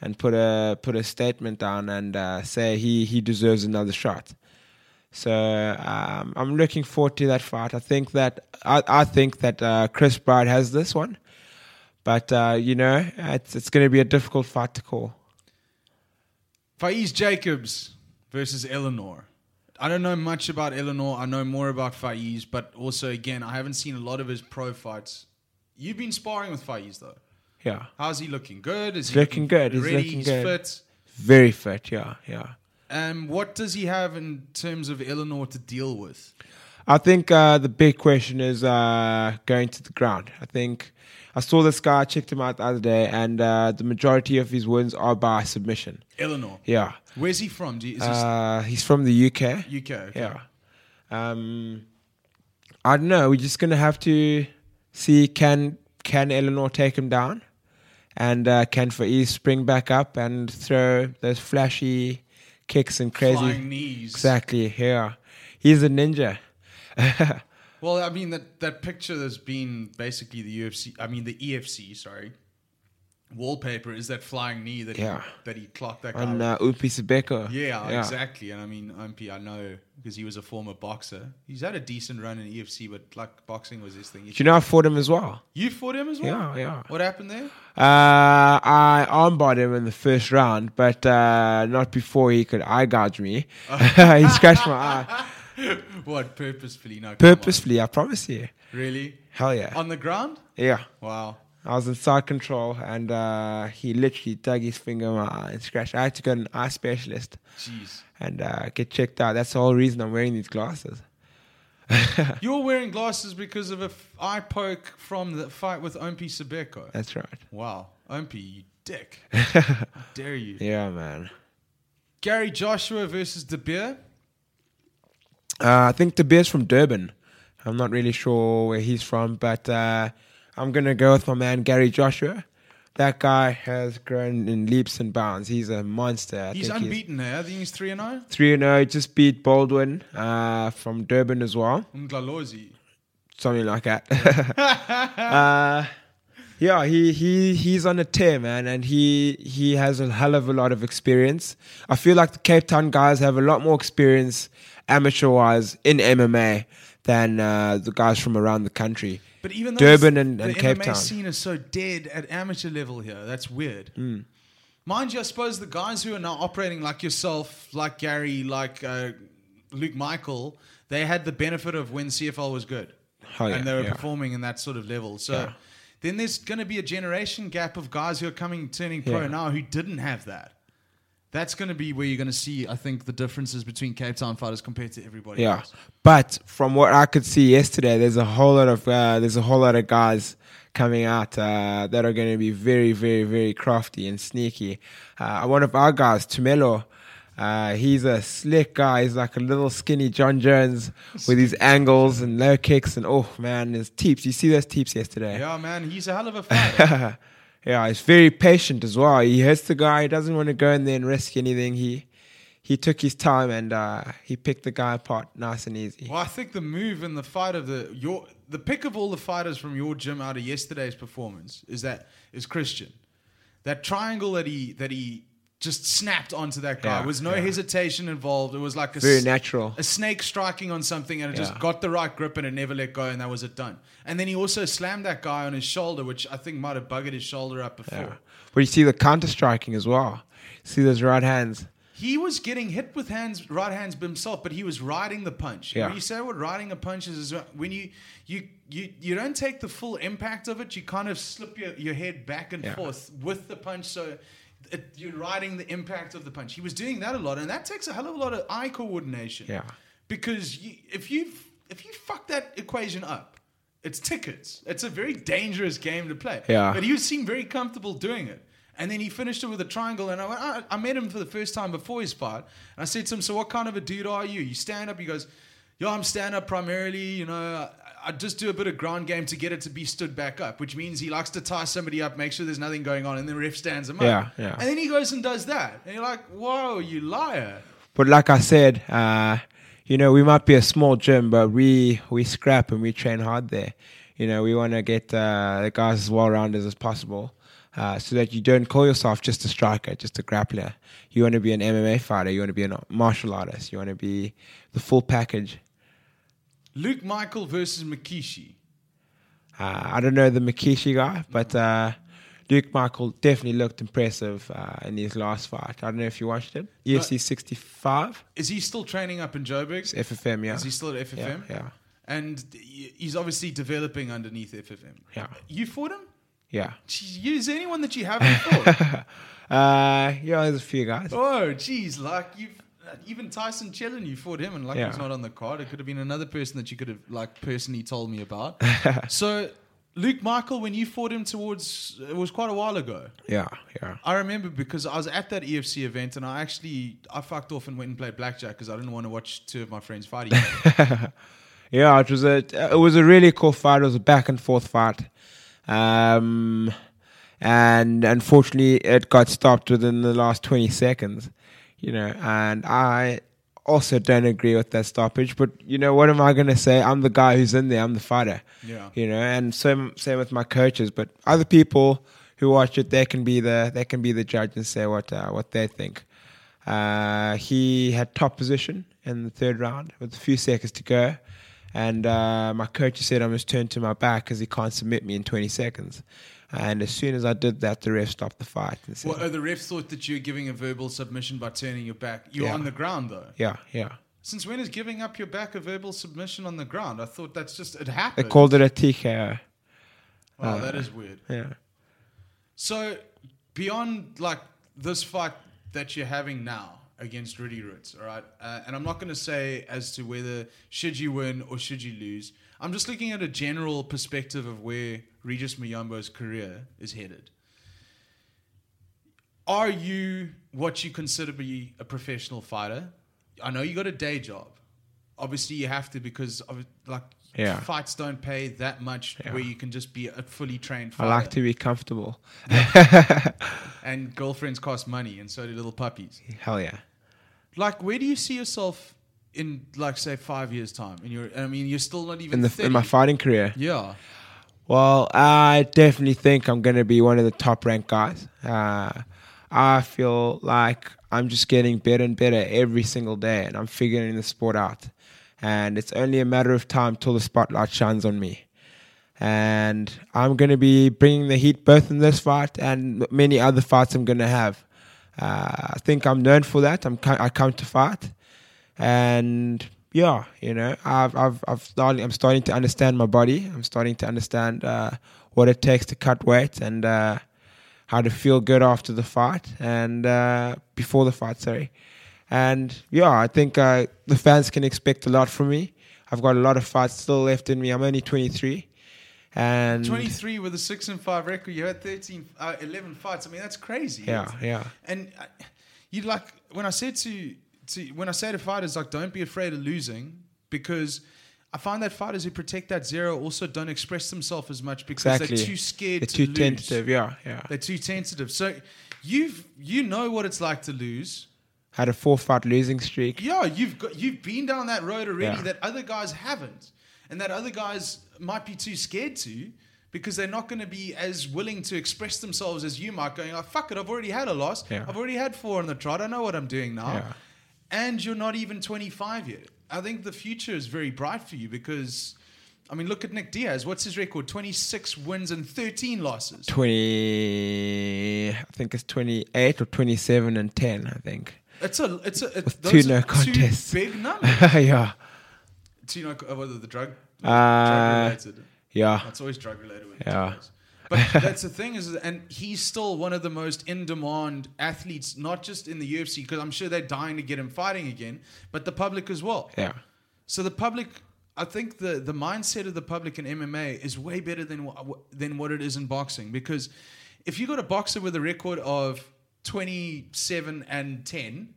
and put a put a statement down and uh, say he he deserves another shot. So um, I'm looking forward to that fight. I think that I, I think that uh, Chris Bride has this one, but uh, you know it's it's gonna be a difficult fight to call.
Faiz Jacobs versus Eleanor. I don't know much about Eleanor. I know more about Faiz, but also again, I haven't seen a lot of his pro fights. You've been sparring with Faiz though.
Yeah,
How's he looking? Good? Is
He's looking good. He's
ready?
looking
He's
good.
fit.
very fit. Yeah, yeah.
Um, what does he have in terms of Eleanor to deal with?
I think uh, the big question is uh, going to the ground. I think I saw this guy, I checked him out the other day, and uh, the majority of his wins are by submission.
Eleanor.
Yeah.
Where's he from? Do you, is
Uh, he's from the UK.
he s- UK? Okay.
Yeah. Um, I don't know. We're just going to have to see can can Eleanor take him down? And uh, can Faiz spring back up and throw those flashy kicks and crazy.
Flying knees.
Exactly. Yeah. He's a ninja.
Well, I mean that that picture that's been basically the UFC. I mean the EFC. Sorry, wallpaper is that flying knee that
Yeah.
he, that he clocked that guy.
on
with.
uh, Upi Sebeko.
Um, Yeah, exactly. And I mean, MP, I know because he was a former boxer. He's had a decent run in EFC, but like boxing was his thing.
Do you know I fought him as well?
You fought him as well.
Yeah, yeah.
What happened there?
Uh, I armbarred him in the first round, but uh, not before he could eye gouge me. he scratched my eye
what purposefully? No, come on.
purposefully. I promise you.
Really?
Hell yeah.
On the ground?
Yeah.
Wow.
I was inside control, and uh, he literally dug his finger in my eye and scratched. I had to go to an eye specialist
Jeez.
and uh, get checked out. That's the whole reason I'm wearing these glasses.
You're wearing glasses because of a f- eye poke from the fight with Ompi Sebeko.
That's right.
Wow, Ompi, you dick! How dare you?
Yeah, man.
Gary Joshua versus De Beer.
Uh, I think De Beer's from Durban. I'm not really sure where he's from, but uh, I'm going to go with my man Gary Joshua. That guy has grown in leaps and bounds. He's a monster. I
He's
think
unbeaten there. I think he's three and oh. zero.
He's 3 0, oh, just beat Baldwin uh, from Durban as well.
Mglalozi.
Something like that. uh, yeah, he, he he's on a tear, man, and he he has a hell of a lot of experience. I feel like the Cape Town guys have a lot more experience amateur wise in MMA than uh, the guys from around the country.
But even though
Durban
this-
and-
the
and Cape
MMA
Town. Mm.
scene is so dead at amateur level here, that's weird. Mind you, I suppose the guys who are now operating like yourself, like Gary, like uh, Luke Michael, they had the benefit of when CFL was good.
Oh, yeah,
and they were
yeah.
performing in that sort of level. So then there's going to be a generation gap of guys who are coming, turning pro
Yeah.
now who didn't have that. That's going to be where you're going to see, I think, the differences between Cape Town fighters compared to everybody
Yeah,
else.
but from what I could see yesterday, there's a whole lot of uh, there's a whole lot of guys coming out uh, that are going to be very, very, very crafty and sneaky. Uh, one of our guys, Tumelo, uh, he's a slick guy. He's like a little skinny John Jones with his angles and low kicks and oh man, his teeps. You see those teeps yesterday?
Yeah, man, he's a hell of a fighter.
yeah, he's very patient as well. He hits the guy. He doesn't want to go in there and risk anything. He he took his time and uh, he picked the guy apart nice and easy.
well, I think the move and the fight of the your the pick of all the fighters from your gym out of yesterday's performance is that is Christian. That triangle that he that he just snapped onto that guy
Yeah,
was no
yeah.
hesitation involved. It was like a
Very
s-
natural.
a snake striking on something and it just
Yeah.
got the right grip and it never let go and that was it done. And then he also slammed that guy on his shoulder, which I think might have buggered his shoulder up before.
Yeah. But you see the counter striking as well. See those right hands.
He was getting hit with hands, right hands by himself, but he was riding the punch.
Yeah.
When you say what riding a punch is, is when you you you you don't take the full impact of it. You kind of slip your, your head back and
Yeah.
forth with the punch, so it, you're riding the impact of the punch. He was doing that a lot, and that takes a hell of a lot of eye coordination.
Yeah.
because you, if you if you fuck that equation up, it's tickets. It's a very dangerous game to play.
Yeah.
But he seemed very comfortable doing it. And then he finished it with a triangle. And I went, "Ah, I, I met him for the first time before his fight. And I said to him, So what kind of a dude are you? You stand up. He goes, Yo, I'm stand up primarily. You know, I, I just do a bit of ground game to get it to be stood back up, which means he likes to tie somebody up, make sure there's nothing going on. And the ref stands him
Yeah,
up.
yeah.
And then he goes and does that. And you're like, Whoa, you liar.
But like I said, uh, you know, we might be a small gym, but we we scrap and we train hard there. You know, we want to get uh, the guys as well rounded as possible, uh, so that you don't call yourself just a striker, just a grappler. You want to be an MMA fighter. You want to be a martial artist. You want to be the full package.
Luke Michael versus Makishi.
Uh, I don't know the Makishi guy, but uh, Luke Michael definitely looked impressive uh, in his last fight. I don't know if you watched it. UFC 65,
Is he still training up in Joburg?
it's FFM, yeah.
Is he still at FFM?
yeah, yeah,
And y- he's obviously developing underneath FFM.
Yeah.
You fought him?
yeah.
Gee, you- Is there anyone that you haven't fought?
Uh, yeah, there's a few guys.
oh, geez, like you've even Tyson Chellen, you fought him, and like
Yeah.
he's not on the card. It could have been another person that you could have like personally told me about. so, Luke Michael, when you fought him towards, it was quite a while ago.
Yeah, yeah.
I remember because I was at that EFC event and I actually I fucked off and went and played blackjack because I didn't want to watch two of my friends fight. each other.
Yeah, it was a it was a really cool fight. It was a back and forth fight, um, and unfortunately, it got stopped within the last twenty seconds. You know, and I also don't agree with that stoppage. But you know, what am I going to say? I'm the guy who's in there. I'm the fighter.
Yeah.
You know, and same same with my coaches, but other people who watch it, they can be the they can be the judge and say what uh, what they think. Uh, he had top position in the third round with a few seconds to go. And uh, my coach said I must turn to my back because he can't submit me in 20 seconds. And as soon as I did that, the ref stopped the fight and said,
well, oh, the ref thought that you were giving a verbal submission by turning your back. You're
Yeah.
on the ground though.
"Yeah, yeah."
Since when is giving up your back a verbal submission on the ground? I thought that's just it
They
happened.
called it a TKO.
wow, that is weird.
Yeah.
So beyond like this fight that you're having now against Rudy Roots, all right, uh, and I'm not going to say as to whether should you win or should you lose. I'm just looking at a general perspective of where Regis Miyambo's career is headed. Are you what you consider to be a professional fighter? I know you got a day job. Obviously, you have to because of, like
Yeah.
fights don't pay that much
Yeah.
where you can just be a fully trained
I
fighter
like to be comfortable.
and girlfriends cost money, and so do little puppies.
Hell yeah.
Like, where do you see yourself in, like, say, five years' time? And you're, I mean, you're still not even
In the
30.
in my fighting career.
yeah,
Well, I definitely think I'm going to be one of the top ranked guys. Uh, I feel like I'm just getting better and better every single day, and I'm figuring the sport out. And it's only a matter of time till the spotlight shines on me. And I'm going to be bringing the heat both in this fight and many other fights I'm going to have. Uh, I think I'm known for that. I'm co- I come to fight, and yeah, you know, I've I've I've started. I'm starting to understand my body. I'm starting to understand uh, what it takes to cut weight and uh, how to feel good after the fight and uh, before the fight. Sorry, and yeah, I think uh, the fans can expect a lot from me. I've got a lot of fights still left in me. I'm only 23, and
23 with a 6 and 5 record. You had 13, uh, 11 fights. I mean, that's crazy.
yeah, yeah,
And I- you like when I said to to when I say to fighters like don't be afraid of losing because I find that fighters who protect that zero also don't express themselves as much because
Exactly.
they're too scared
it's
to
too
lose.
tentative. Yeah, yeah.
They're too tentative. So you've you know what it's like to lose.
Had a four-fight losing streak.
Yeah, you've got you've been down that road already
Yeah.
that other guys haven't, and that other guys might be too scared to because they're not going to be as willing to express themselves as you might. Going, oh fuck it, I've already had a loss.
Yeah.
I've already had four on the trot. I know what I'm doing now,
Yeah.
and you're not even 25 yet. I think the future is very bright for you because. I mean, look at Nick Diaz. What's his record? 26 wins and 13 losses.
20 I think it's 28 or 27 and 10 I think
It's a, it's a, it's,
With
those
two
are
no contests.
Two big numbers.
yeah
two no, uh, whether the drug,
Uh,
drug related.
yeah
It's always drug related. With
Yeah.
yeah. But that's the thing is, and he's still one of the most in demand athletes, not just in the UFC, because I'm sure they're dying to get him fighting again, but the public as well.
yeah
So the public, I think the the mindset of the public in MMA is way better than wha- wha- than what it is in boxing because if you got a boxer with a record of 27 and 10,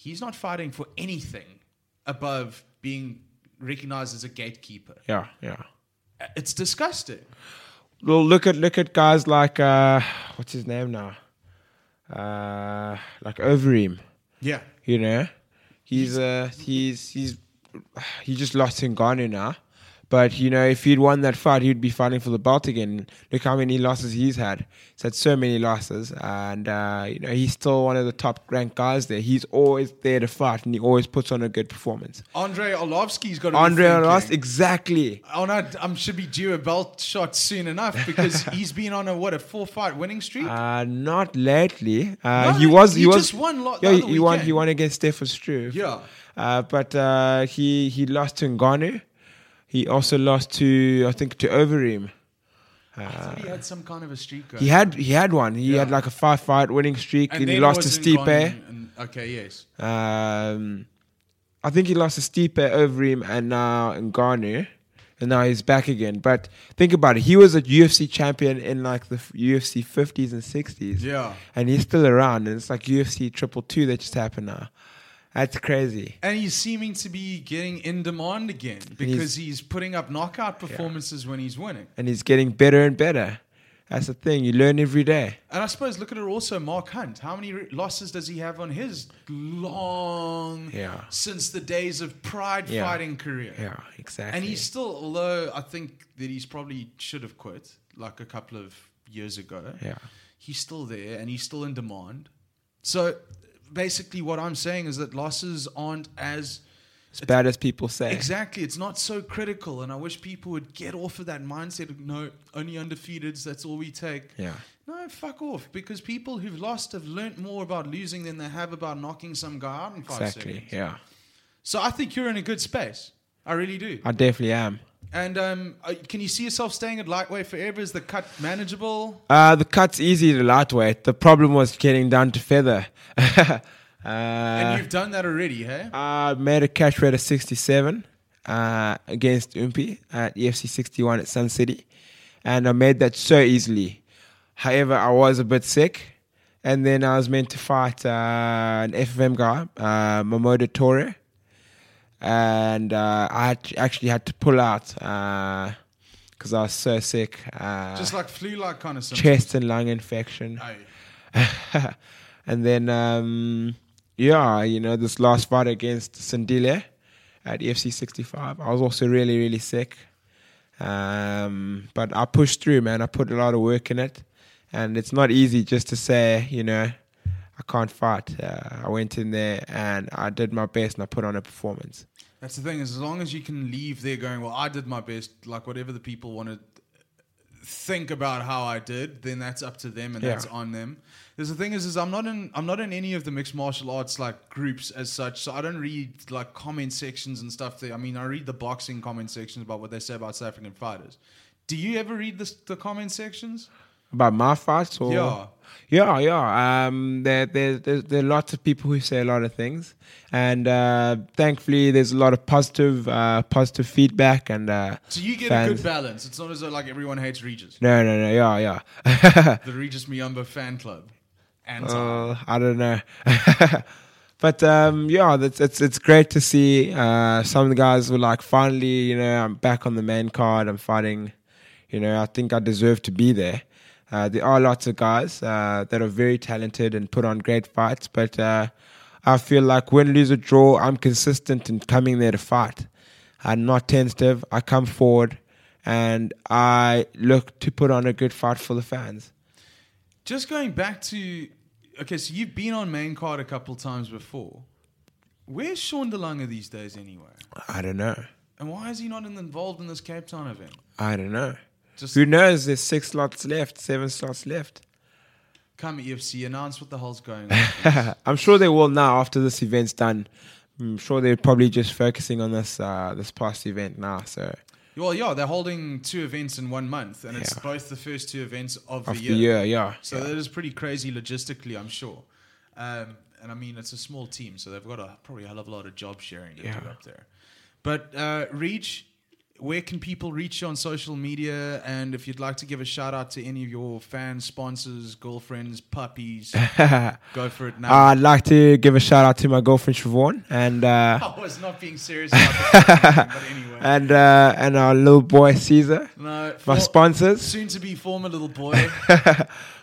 he's not fighting for anything above being recognized as a gatekeeper.
yeah yeah
It's disgusting.
well look at look at guys like uh what's his name now uh like Overeem
Yeah.
you know he's uh he's he's he just lost in Ghana now but you know if he'd won that fight he'd be fighting for the belt again look how many losses he's had he's had so many losses and uh you know he's still one of the top ranked guys there he's always there to fight and he always puts on a good performance
Andre Arlovsky's got to
Andre
be thinking,
Arras exactly
Oh no! I'm should be due a belt shot soon enough because he's been on a what a four fight winning streak.
uh not lately uh
No,
he was he,
he
was
just won lo- the
yeah he,
other
he won
weekend.
he won against Stefan Struve
yeah,
Uh, but uh, he he lost to Ngannou. He also lost to I think to Overeem.
I thought he had some kind of a streak. Going.
He had he had one. He had like a five fight winning streak. And he
then
lost to
wasn't
Stipe.
gone and- okay, yes.
Um, I think he lost to Stipe, Overeem, and now Ngannou. And now he's back again. But think about it. He was a UFC champion in like the f- UFC 50s and 60s.
Yeah.
And he's still around. And it's like UFC triple two that just happened now. That's crazy.
And he's seeming to be getting in demand again because he's, putting up knockout performances when he's winning.
and he's getting better and better. That's the thing. You learn every day.
And I suppose look at it also Mark Hunt. How many re- losses does he have on his long
Yeah.
since the days of pride
Yeah.
fighting career?
Yeah, exactly.
And he's still, although I think that he's probably should have quit like a couple of years ago.
Yeah.
He's still there and he's still in demand. So basically, what I'm saying is that losses aren't as
as bad as people say.
Exactly. It's not so critical. And I wish people would get off of that mindset of no, only undefeateds, that's all we take.
Yeah.
No, fuck off. Because people who've lost have learnt more about losing than they have about knocking some guy out in five
Exactly.
seconds.
Yeah.
So I think you're in a good space. I really do.
I definitely am.
And um, uh, can you see yourself staying at lightweight forever? Is the cut manageable?
Uh, the cut's easy to lightweight. The problem was getting down to feather. uh,
and you've done that already, hey?
I made a catch rate of 67 uh, against Umpi at E EFC 61 at Sun City. And I made that so easily. However, I was a bit sick. And then I was meant to fight uh, an FFM guy, uh, Mamodo Torre. And uh, I had- actually had to pull out because I was so sick. Uh,
Just like flu like kind of symptoms.
chest and lung infection
Aye.
and then um, yeah, you know, this last fight against Sandile at FC 65, I was also really really sick. Um, but I pushed through, man. I put a lot of work in it, and it's not easy just to say, you know, I can't fight. Uh, I went in there and I did my best, and I put on a performance.
That's the thing is, as long as you can leave there going, well, I did my best, like whatever the people wanted, think about how I did, then that's up to them and
Yeah.
that's on them. Because the thing is, is I'm not in I'm not in any of the mixed martial arts like groups as such, so I don't read like comment sections and stuff. There, I mean, I read the boxing comment sections about what they say about South African fighters. Do you ever read the, the comment sections?
About my fights or
Yeah.
yeah, yeah. Um, there, there, there, there are lots of people who say a lot of things, and uh, thankfully, there's a lot of positive, uh, positive feedback. And uh,
So you get a
Fans.
good balance. It's not as though like everyone hates Regis,
no, no, no, yeah, yeah.
the Regis Miumba fan club. And
Uh, I don't know. but um, yeah, that's, it's it's great to see uh, some of the guys were like, finally, you know, I'm back on the main card. I'm fighting. You know, I think I deserve to be there. Uh, there are lots of guys uh, that are very talented and put on great fights, but uh, I feel like win, lose, or draw, I'm consistent in coming there to fight. I'm not tentative. I come forward and I look to put on a good fight for the fans.
Just going back to okay, so you've been on main card a couple times before. Where's Sean DeLonga these days anyway?
I don't know.
And why is he not in- involved in this Cape Town event?
I don't know.
Just
Who knows? There's six slots left, seven slots left.
come EFC, announce what the hell's going on.
I'm sure they will now after this event's done. I'm sure they're probably just focusing on this uh, this past event now. So
well, yeah, they're holding two events in one month, and it's
Yeah.
both the first two events of,
of
the
the
year.
year, yeah.
So that is pretty crazy logistically, I'm sure. Um, and I mean, it's a small team, so they've got a probably a hell of a lot of job sharing to do
Yeah.
up there. But uh, reach, where can people reach you on social media? And if you'd like to give a shout out to any of your fans, sponsors, girlfriends, puppies, go for it now.
I'd like to give a shout out to my girlfriend Siobhan and uh,
I was not being serious about this, but anyway.
and uh, and our little boy Caesar.
No,
My
for-
sponsors,
soon to be former little boy.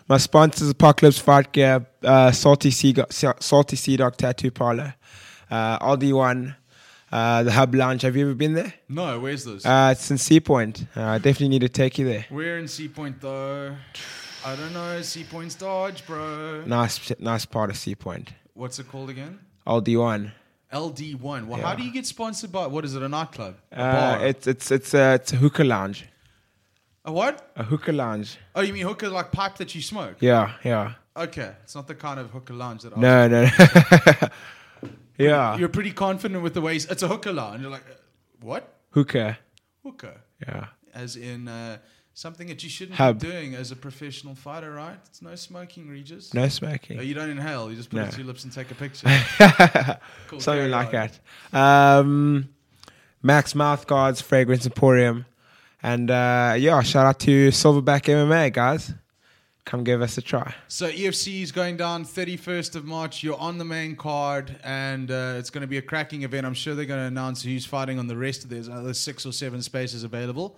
my sponsors: Apocalypse Fight Gear, uh, Salty Sea, Go- Sa- Salty Sea Dog Tattoo Parlor, uh, Aldi One, uh, the Hub Lounge. Have you ever been there?
No, where's this?
Uh, it's in Sea Point. Uh, I definitely need to take you there.
We're in Sea Point though. I don't know. Sea Point's Dodge, bro.
Nice, nice part of Sea Point.
What's it called again?
LD1.
LD One. Well, how
Yeah.
do you get sponsored by? What is it? A nightclub? A
Uh, it's it's it's a it's a hookah lounge.
a what?
A hookah lounge.
Oh, you mean hookah like pipe that you smoke?
Yeah, yeah.
Okay, it's not the kind of hookah lounge that I.
No, no. no. yeah,
You're pretty confident with the ways. It's a hookah lounge. You're like, uh, what?
hookah.
Hookah,
Yeah.
as in uh, something that you shouldn't
Hub.
be doing as a professional fighter, right? It's no smoking, Regis.
No
Oh,
smoking.
you don't inhale. You just put
No.
it to your lips and take a picture. Cool,
Something
carry
like
on.
that. Um, Max Mouth Guards, Fragrance Emporium, and uh, yeah, shout out to Silverback MMA guys. Come give us a try.
So EFC is going down 31st of March. You're on the main card, and uh, it's going to be a cracking event. I'm sure they're going to announce who's fighting on the rest of these other six or seven spaces available.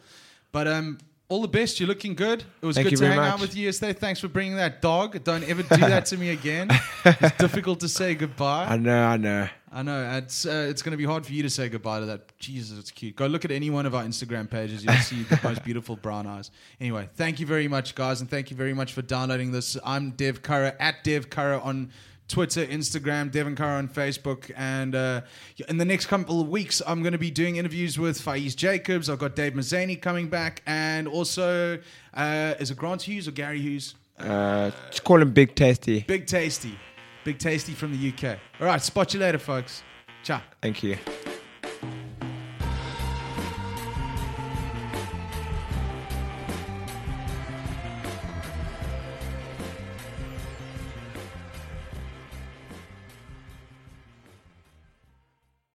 But um, all the best. You're looking good. It was
Thank
good
you
to
very
hang out
much.
with you yesterday. Thanks for bringing that dog. Don't ever do that to me again. It's difficult to say
I
goodbye.
know, I know.
I know it's uh, it's going to be hard for you to say goodbye to that. Jesus, it's cute. Go look at any one of our Instagram pages. You'll see the most beautiful brown eyes. Anyway, thank you very much, guys, and thank you very much for downloading this. I'm Dev Curra at Dev Curra on Twitter, Instagram, Devin Curra on Facebook, and uh, in the next couple of weeks, I'm going to be doing interviews with Faiz Jacobs. I've got Dave Mazzani coming back, and also uh, is it Grant Hughes or Gary Hughes?
Uh, just call him Big Tasty.
Big Tasty, Big Tasty from the UK. All right, spot you later, folks. Ciao.
Thank you.